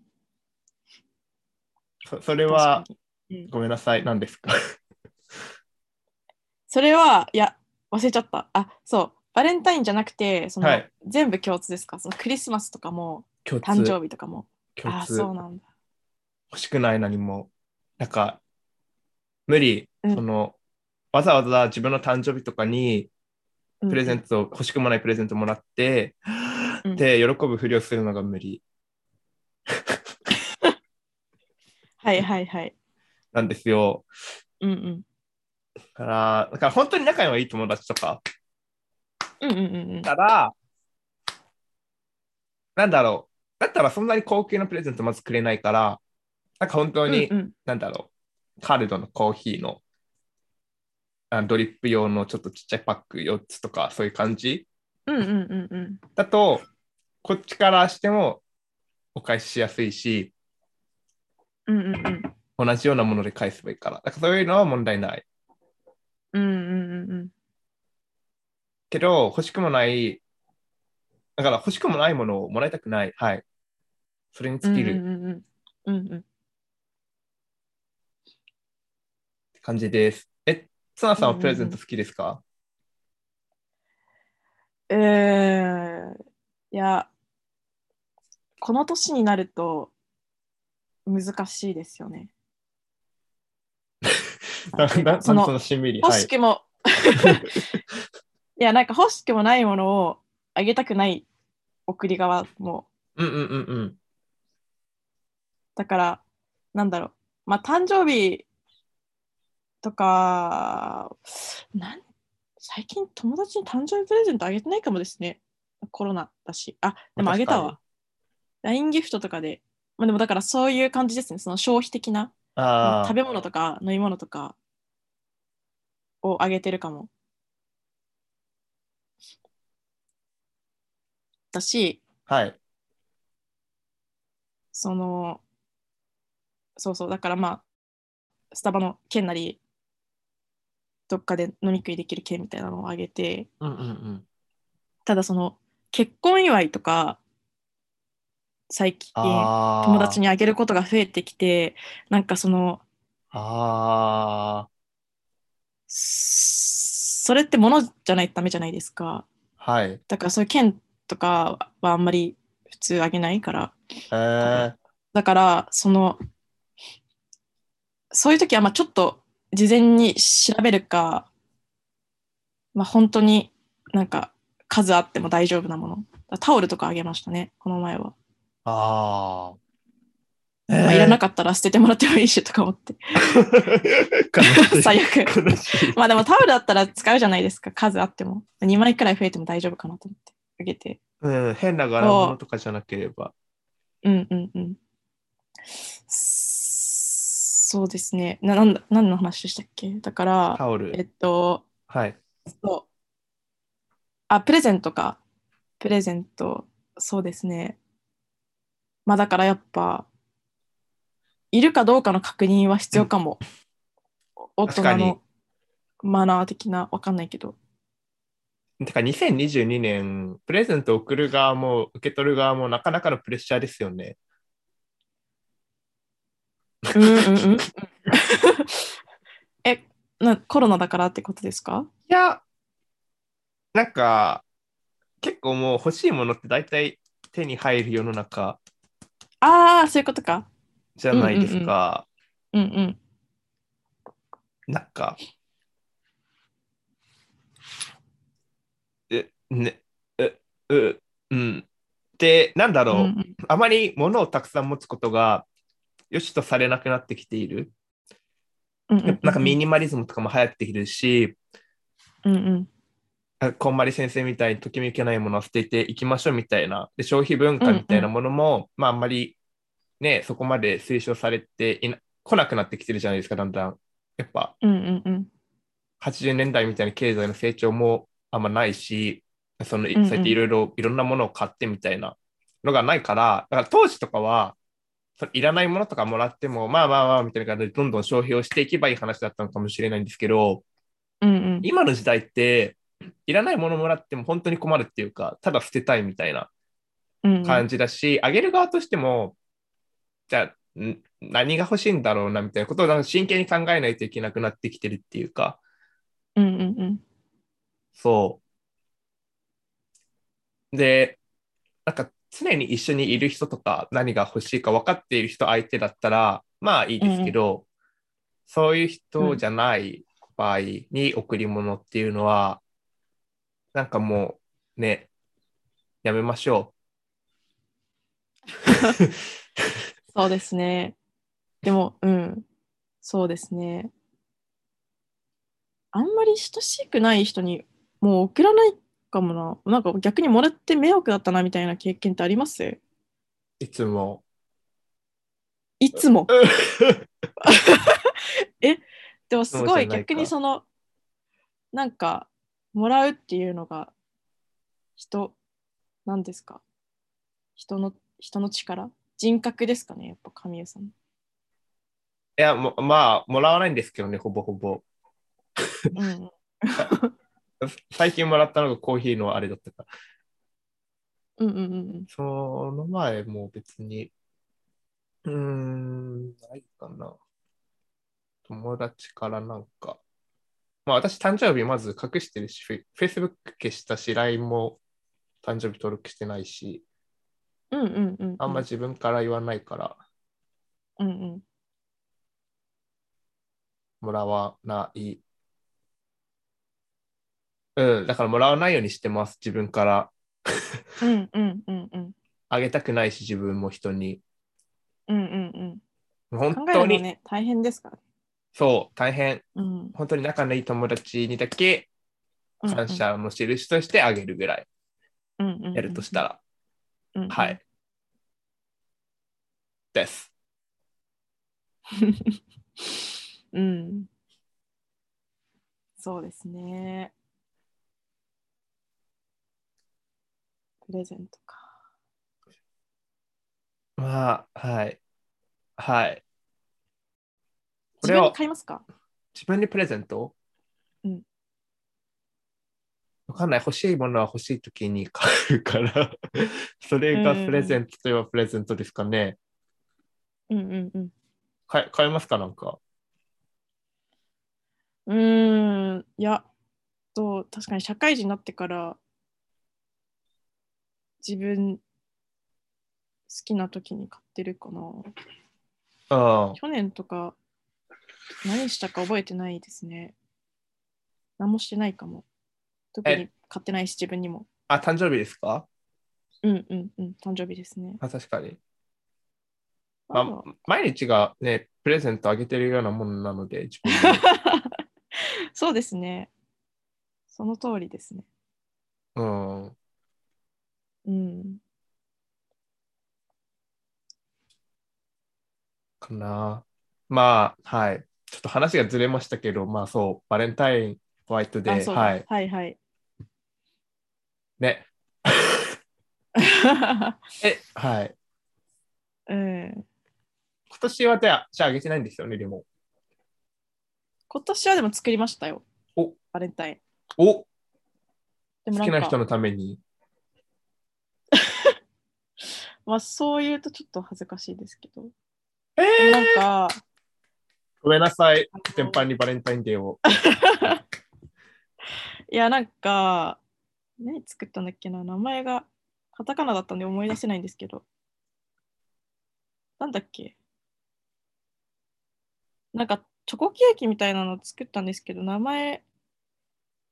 S2: そそれ
S1: そ
S2: は、
S1: うん、
S2: ごめんなさい、何ですか。
S1: それは、いや、忘れちゃった。あそう、バレンタインじゃなくて、その
S2: はい
S1: 全部共通ですかそのクリスマスとかも、
S2: 共通。
S1: 誕生日とかも。あ
S2: 共
S1: あ、
S2: 通。
S1: そうなんだ。
S2: 欲しくない何も。なんか、無理、
S1: うん
S2: その、わざわざ自分の誕生日とかにプレゼン
S1: ト。
S2: ト、欲しくもないプレゼントもらって、
S1: うん
S2: で、喜ぶふりをするのが無理
S1: はいはいはい。
S2: なんですよ。
S1: うんうん。
S2: だから、だから本当に仲のいい友達とか
S1: うんうんうんうん。
S2: だったら、なんだろう。だったらそんなに高級なプレゼントまずくれないから、なんか本当に、
S1: うんうん
S2: なんだろう。カルドのコーヒーのあドリップ用のちょっとちっちゃいパック4つとか、そういう感じ
S1: うんうんうんうん。
S2: だと、こっちからしてもお返ししやすいし、
S1: うんうんうん。
S2: 同じようなもので返せばいいから。だからそういうのは問題ない。
S1: うんうんうんうん。
S2: けど、欲しくもない、だから欲しくもないものをもらいたくない。はい。それに尽きる
S1: うんうんうんうん。うんうん
S2: って感じです。え、ツナさん
S1: うんうんうん
S2: はプレゼント好きですか、
S1: えー、いや、この年になると難しいですよね。
S2: なななん
S1: その
S2: そのしんみり。
S1: 欲
S2: はい
S1: し。くも、
S2: [LAUGHS]
S1: い、や、なんか欲しくもないものをあげたくない送り側も、
S2: うんうんうんうん。
S1: だから、なんだろう、まあ、誕生日とか、なん最近友達に誕生日プレゼントあげてないかもですね。コロナだし。あ、でもあげたわ。LINE ギフトとかで。まあでもだからそういう感じですね。その消費的な
S2: ああ
S1: 食。べ物とか飲み物とかをあげてるかも。だし、
S2: はい。
S1: その、そうそう、だからまあ、スタバの券なり、どっかで飲み食いできる券みたいなのをあげて、
S2: うんうんうん。
S1: ただその、結婚祝いとか、最近、
S2: ああ。
S1: 友達
S2: に。
S1: にあげることが増えてきて、なんかその、
S2: ああ。
S1: そそれってものじゃないとダメじゃないですか。
S2: はい。え
S1: だからそういう券とかはあんまり普通あげないから。
S2: ー、
S1: だから、その、そういう時は、まあちょっと事前に調べるか、まあ本当になんか数あっても大丈夫なもの。だからタオルとかあげましたね、この前は。
S2: ああ。
S1: まあいらな
S2: く
S1: かったら捨ててもらってもいいしとか思って。
S2: て
S1: 最悪。
S2: 悲しい。
S1: まあでもタオルだったら使うじゃないですか、数あっても。2枚くらい増えても大丈夫かなと思って、あげて。
S2: うん、変な柄物とかじゃなければ。
S1: うんうんうん。そうですね。ななんだ何の話でしたっけだから、
S2: タオ
S1: えっ
S2: ル。
S1: と、
S2: はい。
S1: そう。あ、プレゼントか。プレゼント、そうですね。まあだからやっぱ、いるかどうかの確認は必要かも。大
S2: 確か
S1: 人
S2: に
S1: のマナー的な、わかんないけど。
S2: てか2022年、プレゼントを送る側も受け取る側もなかなかのプレッシャーですよね。
S1: うんうんうん。 [LAUGHS] え、なコロナだからってことですか
S2: いや、なんか、結構もう欲しいものって大体手に入る世の中
S1: ああ、そういうことか。
S2: じゃないですか。
S1: うんうん。
S2: なんか、え、ね、え、う、うん。で、なんだ
S1: う
S2: ろう、
S1: んうん、
S2: あまり物をたくさん持つことが良しとされなくなってきている。
S1: うんうんう
S2: なんかミニマリズムとかも流行っているし、
S1: うんうん
S2: あこんまり先生みたいにときめけないものを捨てていきましょうみたいな、で消費文化みたいなものも、まああんまりね、そこまで推奨されていな来なくなってきてるじゃないですか、だんだん。やっぱ
S1: うんうんうん
S2: 80年代みたいな経済の成長もあんまないし、その、
S1: んうん
S2: そうやっていろいろ、いろんなものを買ってみたいなのがないから、だから当時とかは、そのいらないものとかもらっても、まあまあまあみたいな感じで、どんどん消費をしていけばいい話だったのかもしれないんですけど、
S1: うんうん
S2: 今の時代って、いらないものもらっても本当に困るっていうか、ただ捨てたいみたいな
S1: うんうん
S2: 感じだし、あげる側としても、じゃあ、ん何が欲しいんだろうなみたいなことをなんか真剣に考えないといけなくなってきてるっていうか、
S1: うんうんうん
S2: そう。で、なんか常に一緒にいる人とか何が欲しいか分かっている人相手だったらまあいいですけど、そういう人じゃない場合に贈り物っていうのは、なんかもうね、やめましょ
S1: そうですね。でも、うん、そうですね。あんまり親しくない人にもう送らないかもな。なんか逆にもらって迷惑だったなみたいな経験ってあります
S2: う。いつも。
S1: いつ
S2: [LAUGHS]
S1: も。でもす
S2: そう
S1: ご
S2: じゃ
S1: い
S2: ないか
S1: 逆にその、なんかもらうっていうのが人、なんですか人の、人の力人格ですかねやっぱ神谷さんの。
S2: いや、もまあ、もらわないんですけどね、ほぼほぼ。 [LAUGHS]
S1: うん、
S2: 最近もらったのがコーヒーのあれだったか
S1: う
S2: ら。
S1: んうんうんうん。
S2: その前も別に、うーん、ないかな。友達からなんか。まあ私誕生日まず隠してるし、フェ Facebook 消したし、LINE も誕生日登録してないし、
S1: うんうんうんうん。
S2: あんま自分から言わないから、
S1: うんうん。
S2: もらわない。うん、だからもらわないようにしてます、自分から。
S1: うんうんうんうん
S2: あげたくないし、自分も人に。
S1: うんうんう
S2: 本
S1: ん。考える
S2: 当
S1: の
S2: に、
S1: ね、大変ですからね。
S2: そう、大変。
S1: うん。
S2: 本当に仲のいい友達にだけ感謝の印としてあげるぐらいや
S1: や
S2: るとした
S1: ら。
S2: ら、
S1: うんうん
S2: はい。。です。
S1: [LAUGHS] うん。そうですね。プレゼントか。
S2: まあ、はい。はい。こ
S1: 自
S2: れ
S1: 分
S2: を
S1: に買いますか
S2: 自分にプレゼント
S1: うん。
S2: わかんない。欲しいものは欲しいときに買うから、 [LAUGHS] それがプレゼントといえばプレゼントですかね。
S1: うんうんうん。
S2: 買え買えますかなんか。
S1: うーん、いや、と確かに社会人になってから自分好きな時に買ってるかな。
S2: うん。
S1: 去年とか何したか覚えてないですね。何もしてないかも。特に買ってないし自分にも。
S2: あ、誕生日ですか
S1: うんうんうん、誕生日ですね。
S2: あ確かに。
S1: あ
S2: まあ、毎日がね、プレゼントあげてるようなものなので、自
S1: [LAUGHS]
S2: 分に
S1: そうですね。その通りですね。
S2: うん。
S1: うん。
S2: かな。まあ、はい。ちょっと話がずれましたけど、まあそう、バレンタインホワイトデ
S1: あ、そ
S2: ー。
S1: うだ
S2: はい。
S1: はいはい。 [LAUGHS]
S2: ね。え、はい。
S1: うん、
S2: 今年はじゃあ、じゃああげてないんですよね、でも。
S1: 今年はでも作りましたよ。
S2: お
S1: バレンタイン。
S2: お
S1: でも
S2: 好
S1: なん
S2: き
S1: か
S2: な人のために。
S1: まあそう言うとちょっと恥ずかしいですけど。で
S2: え
S1: も
S2: ー、
S1: なんか、
S2: ごめんなさい。
S1: あの
S2: 全般にバレンタインデーを。
S1: いやなんか、何作ったんだっけな、名前がカタカナだったんで思い出せないんですけど。なんだっけなんかチョコケーキみたいなの作ったんですけど、名前、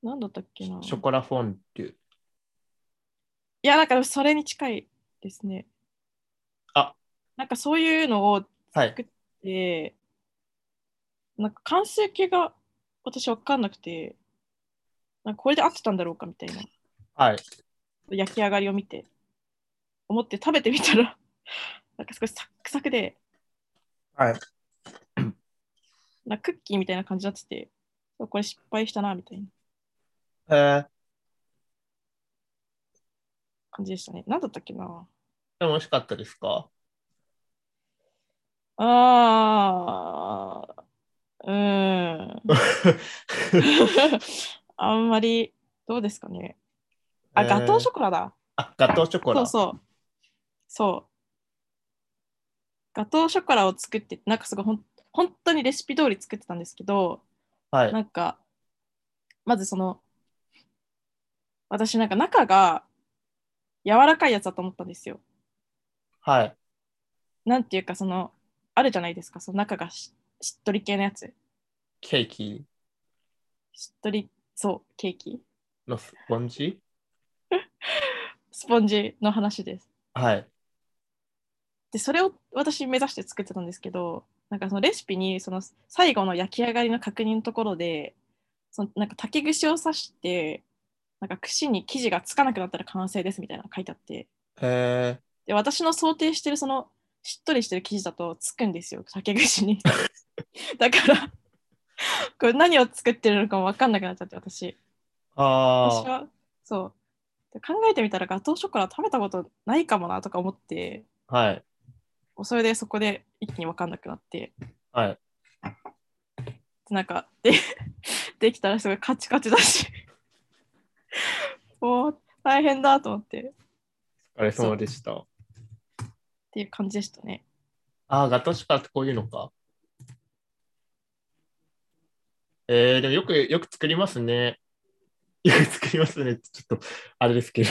S1: なんだったっけな。
S2: ショコラフォンデュ。
S1: いや、なんかそれに近いですね。
S2: あ
S1: なんかそういうのを
S2: はい。
S1: で、なんか関数形が私わかんなくて、なんかこれで合ってたんだろうかみたいな、
S2: はい。
S1: 焼き上がりを見て、思って食べてみたら、 [LAUGHS] なんか少しサックサクで、
S2: はい。
S1: なんかクッキーみたいな感じになってて、これ失敗したなみたいな
S2: えー、
S1: 感じでしたね。なんだったっけな
S2: でも美味しかったですか
S1: あー、うー
S2: [LAUGHS]
S1: ん。 [LAUGHS] あんまり、どうですかね。あ、ガトーショコラだ。
S2: あ、ガトーショコラ。
S1: そうそう。そう。ガトーショコラを作って、なんかすごいほん本当にレシピ通り作ってたんですけど、
S2: はい。
S1: なんか、まずその、私なんか中が柔らかいやつだと思ったんですよ。
S2: はい。
S1: なんていうか、その、あるじゃないですか、その中がししっとり系のやつ。
S2: ケーキ
S1: しっとり、そう、ケーキ。
S2: のスポンジ
S1: スポンジの話です。
S2: はい。
S1: でそれを私目指して作ってたんですけどなんかそのレシピにその最後の焼き上がりの確認のところでそのなんか竹串を刺してなんか串に生地がつかなくなったら完成ですみたいなのが書いてあって
S2: え
S1: で私の想定してるそのしっとりしてる生地だとつくんですよ竹串
S2: [LAUGHS]
S1: にだからこれ何を作ってるのかも分かんなくなっちゃって私
S2: ー、
S1: 私
S2: あ
S1: はそうで考えてみたらガトーショコラ食べたことないかもなとか思って
S2: あ。はい。
S1: もうそれでそこで一気に分かんなくなって
S2: はい。
S1: なんかで [LAUGHS] できたらすごいカチカチだし [LAUGHS] もう大変だと思ってっ
S2: お疲れ様でした。
S1: ていう感じでした
S2: [LAUGHS]
S1: ね
S2: ああ、ガトーショコラってこういうのか。えー、でもよく、よく作りますね。 [LAUGHS] よく作りますねって。ちょっと、あれですけど。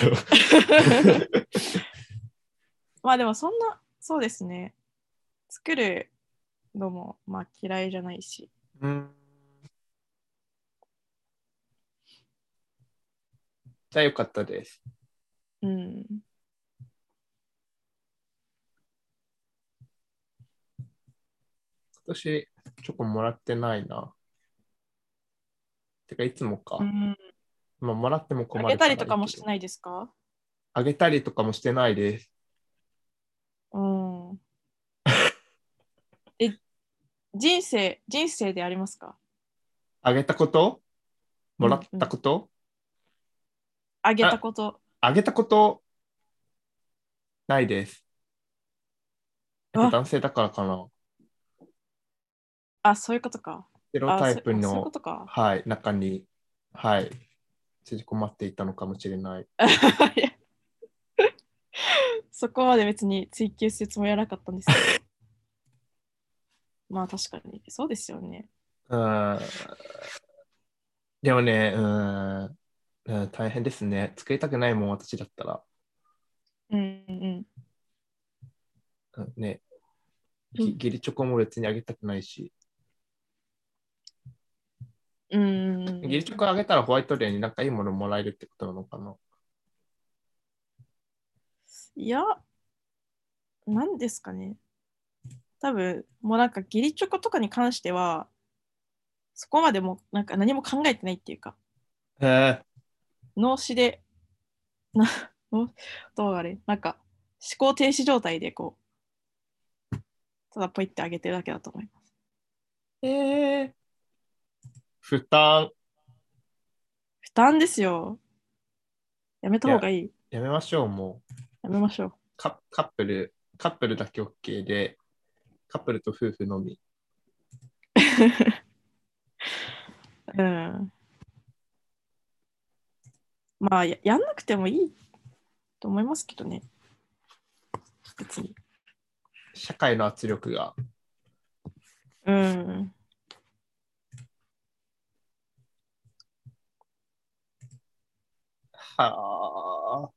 S1: まあでもそんなそうですね作るのもまあ嫌いじゃないし
S2: うんじゃあよかったです。
S1: うん
S2: 今年、チョコもらってないな。てか、いつもか。
S1: うん
S2: まあ、もらっても
S1: あ
S2: 困る
S1: げたりとかも
S2: ら
S1: してないですか
S2: あげたりとかもしてないです。 [LAUGHS]
S1: うんえ人生人生でありますか
S2: あげたこともらったこと、
S1: あげたこと
S2: あげたことないです。やっぱ
S1: あ
S2: 男性だからかな。
S1: あそういうことか
S2: ステロ
S1: あ
S2: タ
S1: そ
S2: イプ
S1: あそういう
S2: の
S1: ことか
S2: はい、中に、はい、縮こまっていたのかもしれない。
S1: いや [LAUGHS] そこまで別に追求するつもりはなかったんですけど [LAUGHS] まあ確かにそうですよね
S2: うーんでもね、うーん、うん、大変ですね。作りたくないもん、私だったら。
S1: うんうん
S2: うんね、
S1: うん
S2: ギギリチョコも別にあげたくないし、
S1: うんうんうん
S2: ギリチョコあげたらホワイトデーになんかいいものもらえるってことなのかな。
S1: いやなんですかね多分もうなんか義理チョコとかに関してはそこまでもうなんか何も考えてないっていうか
S2: へ
S1: 脳死でな脳どうあれなんか思考停止状態でこうただポイってあげてるだけだと思います
S2: え。え負担。
S1: 担ですよ。やめた方がいい。
S2: やめましょう、もう。
S1: やめましょう。
S2: カカップル、カップルだけ OK で、カップルと夫婦のみ。
S1: うん。まあや、やんなくてもいいと思いますけどね。別に。
S2: 社会の圧力が。
S1: うん。
S2: はあ。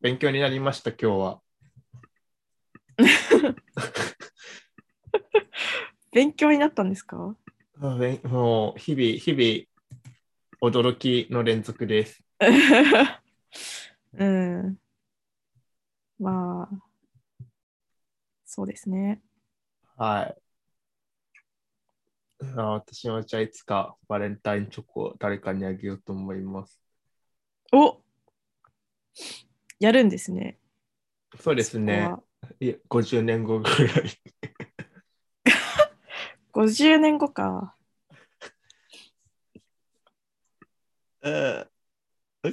S2: 勉強になりました、今日は。
S1: 勉強になったんですか [LAUGHS]
S2: あべんもう、日々、日々、驚きの連続です。
S1: うん。まあ、そうですね。
S2: はい。あ私はじゃあいつかバレンタインチョコを誰かにあげようと思います。
S1: おやるんですね。
S2: そうですね。いや50年後ぐらい。
S1: そこは。50年後か。
S2: うん。わ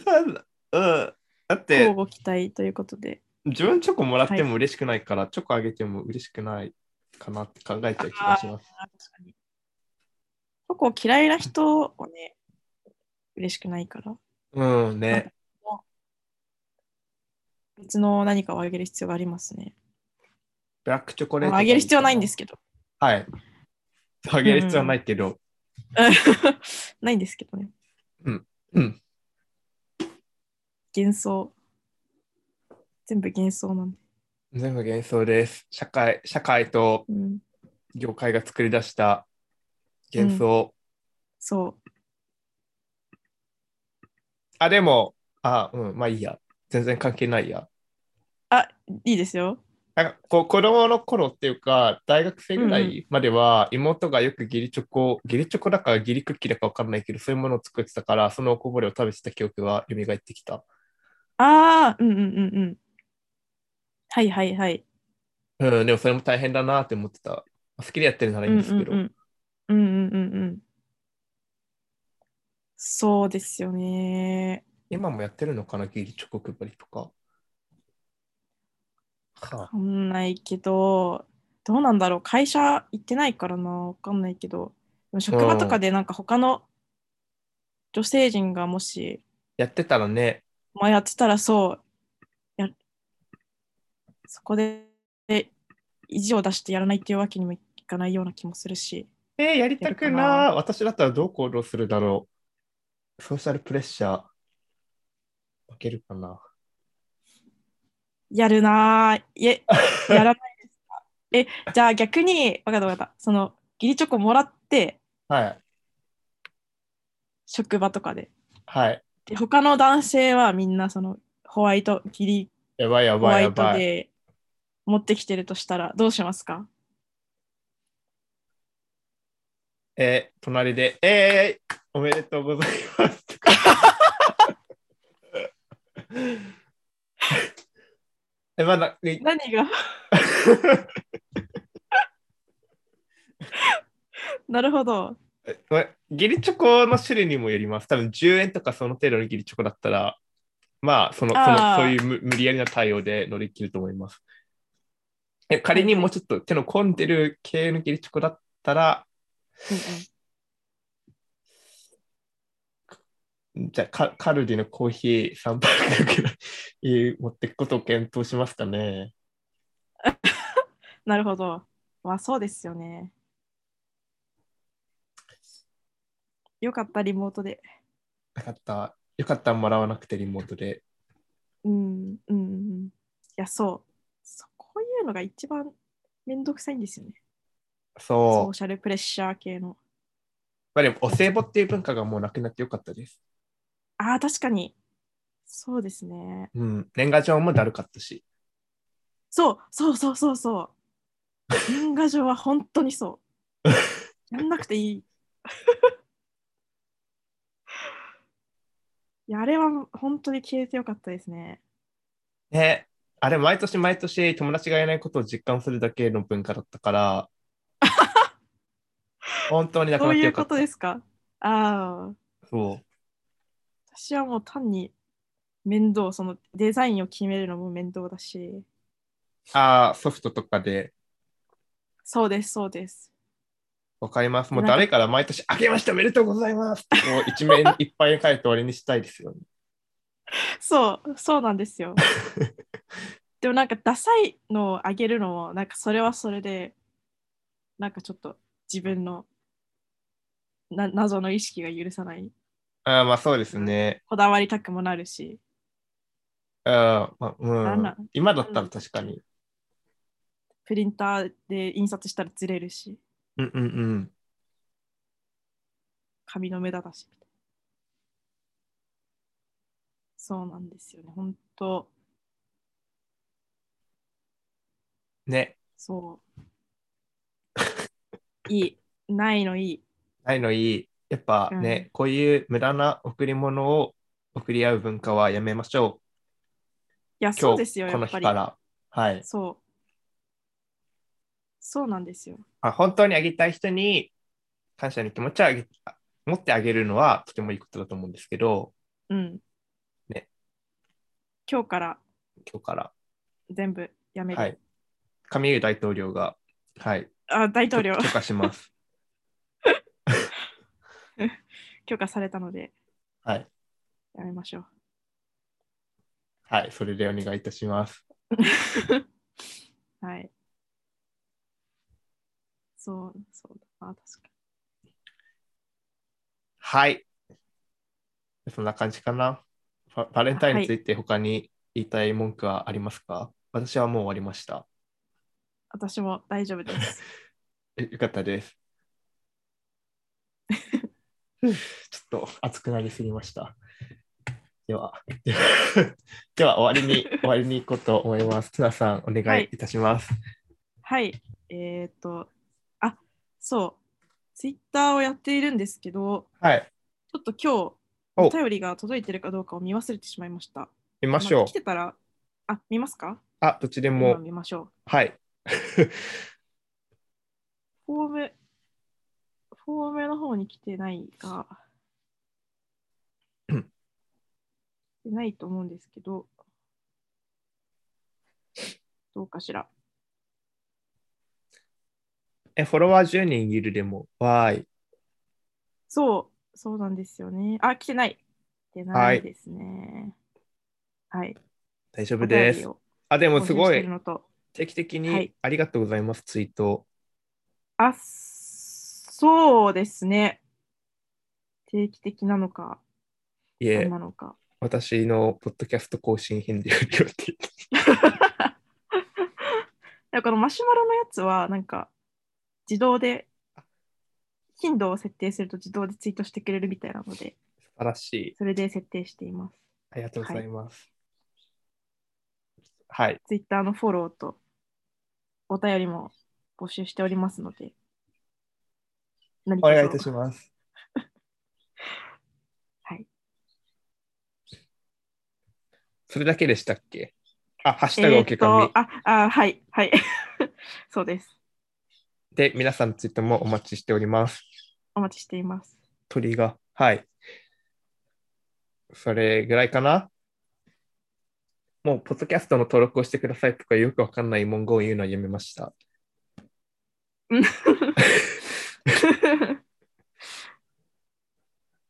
S2: かんない。うん。だっ
S1: 交
S2: て、
S1: 互期待ということで。
S2: 自分チョコもらっても嬉しくないから、チョコあげても嬉しくないかなって考えちゃう気がします。
S1: あ確かにチョコ嫌いな人はね、嬉しくないから、
S2: うんね。
S1: 別の何かをあげる必要がありますね。
S2: ブラックチョコレート。。
S1: まああげる必要ないんですすけど。
S2: はい。あげる必要はないけど、
S1: ないんですけどね。
S2: うん。
S1: 幻想。全部幻想なんで。
S2: 全部幻想です。社会、社会と
S1: うん、
S2: 業界が作り出した幻想。
S1: そう。
S2: あ、でも、あ、うん、まあいいや。全然関係ないや。
S1: あ、いいですよ。
S2: なんかこう子供の頃っていうか、大学生ぐらいまでは、妹がよく義理チョコ、義理チョコだか義理クッキーだかわかんないけど、そういうものを作ってたから、そのおこぼれを食べてた記憶が蘇ってきた。
S1: ああ、うんうんうんうん。はいはいはい。
S2: うん、でもそれも大変だなって思ってた。好きでやってるならいいんですけど。
S1: うんうんうん、うんうんうんうん。そうですよね。
S2: 今もやってるのかな、義理チョコ配りとか。はあ
S1: わかんないけど、どうなんだろう。会社行ってないからな、わかんないけど。でも職場とかでなんか他の女性陣がもし
S2: やってたらね、
S1: まあ、やってたらそうやそこでえ意地を出してやらないっていうわけにもいかないような気もするし
S2: えーやりたく
S1: や
S2: な。私だったらどう行動するだろう。ソーシャルプレッシャー、負けるかな。
S1: やるなぁいえやらないですかえじゃあ逆に分かった分かったその義理チョコもらって
S2: はい、
S1: 職場とかで
S2: はい。
S1: で他の男性はみんなそのホワイト義理
S2: やばいや
S1: ホ
S2: ば
S1: ワ
S2: いや
S1: イト
S2: ばい。
S1: で持ってきてるとしたらどうしますか
S2: えー隣で、えー、おめでとうございます。 [LAUGHS] え、まだ、え
S1: 何が [LAUGHS] なるほど
S2: まギリチョコの種類にもよります。多分10円とかその程度のギリチョコだったら、まあ、その、その
S1: あー
S2: そういう無無理やりな対応で乗り切ると思います。え仮にもうちょっと手の込んでる系のギリチョコだったら、
S1: うんうん
S2: じゃあカカルディのコーヒー3パックぐらい持っていくことを検討しますかね。
S1: なるほど。まあそうですよね。よかった、リモートで。
S2: よかった。よかった、もらわなくてリモートで。
S1: うん、うん、うん。いや、そう。そうこういうのが一番めんどくさいんですよね。ソ
S2: そ
S1: ー
S2: う。
S1: シャルプレッシャー系の。
S2: まあでも、お歳暮っていう文化がもうなくなってよかったです。
S1: ああ、確かに。そうですね。
S2: うん。年賀状もだるかったし。
S1: そう、そうそうそうそう。年賀状は本当に
S2: [LAUGHS]
S1: そう。やんなくていい。いや、あれは本当に消えてよかったですね。
S2: ね。あれ、毎年毎年 [LAUGHS] 友達がいないことを実感するだけの文化だったから、本当になく
S1: そ
S2: なっ
S1: う
S2: て
S1: い
S2: よ
S1: う
S2: かっ
S1: こ
S2: た
S1: と。ですかああ。
S2: そう。
S1: 私はもう単に面倒、そのデザインを決めるのも面倒だし。
S2: ああ、ソフトとかで、
S1: そうです、そうです。
S2: わかります。もう誰から毎年、あげましておめでとうございますってこう一 [LAUGHS] 面いっぱいに書いて終わりにしたいですよね。
S1: そう、そうなんです
S2: [LAUGHS]
S1: よ。でもなんかダサいのをあげるのも、なんかそれはそれで、なんかちょっと自分のな謎の意識が許さない、
S2: ああ、まあそうですね。
S1: こだわりたくもなるし。
S2: ああ、ま
S1: な
S2: あ、
S1: ん
S2: う。
S1: なん
S2: 今だったら確かに。
S1: プリンターで印刷したらずれるし、
S2: うんうんうん。
S1: 紙の無駄だし。そうなんですよね。本当
S2: ね。 [LAUGHS]
S1: そう。いい。ないのいい。
S2: ないのいい。やっぱね、
S1: う
S2: こういう無駄な贈り物を贈り合う文化はやめましょう。
S1: いや、
S2: 今
S1: そうです
S2: 日、
S1: よ、
S2: こ
S1: や
S2: の
S1: っぱ
S2: 日
S1: り
S2: か。ら。はい。
S1: そう。そうなんですよ。
S2: あ本当にあげたい人に感謝の気持ちをあげあ持ってあげるのはとてもいいことだと思うんですけど、
S1: うん。
S2: ね。
S1: 今日から
S2: 今日から。
S1: 全部やめる。
S2: はい。カミーユ大統領が、はい。
S1: あ大統領
S2: 許許可します。
S1: 許可されたので
S2: はい。
S1: やめま
S2: [LAUGHS]
S1: しょう。
S2: はい。それでお願いいたします。
S1: はい。そう、そうだな、確か
S2: はい。そんな感じかな。ババレンタインについて他に言いたい文句はありますか、私はもう終わりました。
S1: 私も大丈夫
S2: [LAUGHS]
S1: です。
S2: えよかった
S1: [LAUGHS]
S2: です。ちょっと熱くなりすぎました。では、では [LAUGHS] では終わりに、終わりに行こうと思います。ツナさん、お願いいたします。
S1: はい。えっ、と、あそう、ツイッターをやっているんですけど、
S2: はい。
S1: ちょっと今日、
S2: お
S1: お便りが届いてるかどうかを見忘れてしまいました。
S2: 見ましょう
S1: あ来。てたら、あ、見ますか
S2: あ、どっちで
S1: 今
S2: も、
S1: 見ましょ
S2: はい。 [LAUGHS]
S1: う。フォーム、フォームの方に来てない
S2: [CLEARS THROAT]
S1: が、
S2: うん
S1: 来てないと思うんですけど、どうかしら。
S2: え、フォロワー10人いるでも、わーい。
S1: そう、そうなんですよね。あ、来てない。来て
S2: は
S1: ないいですね。はい。
S2: 大丈夫で
S1: お便り
S2: す。
S1: を
S2: あ、でもすご
S1: 募集して
S2: い
S1: る、のと
S2: 定期的
S1: は
S2: に
S1: い
S2: ありがとうございます、ツイート。
S1: あ、そうですね。定期的なのか、
S2: い
S1: 何
S2: え、
S1: なのか。
S2: 私のポッドキャスト更新頻度よりよって。
S1: だからマシュマロのやつは、なんか、自動で、頻度を設定すると自動でツイートしてくれるみたいなので、
S2: 素晴らしい。
S1: それで設定しています。
S2: ありがとうございます。はい。
S1: ツイッターのフォローと、お便りも募集しておりますので、何
S2: お
S1: 卒
S2: 願いいたします。
S1: [LAUGHS] はい。
S2: それだけでしたっけあ、ハッシュタグおけかみ
S1: えーっとあ、あ、はい、はい。 [LAUGHS] そうです。
S2: で、皆さんのツイートもお待ちしております。
S1: お待ちしています。 [LAUGHS]
S2: 鳥が。はい。それぐらいかなもう、ポッドキャストの登録をしてくださいとかよくわかんない文言を言うのはやめました。 [LAUGHS]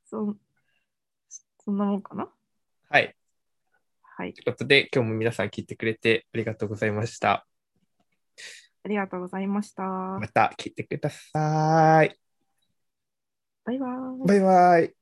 S1: そんそんなもんかな
S2: はい。
S1: はい
S2: とい。うことで、今日も皆さん聞いてくれてありがとうございました。
S1: ありがとうございました。
S2: また聞いてください。
S1: バイバーイ。
S2: バイバイ。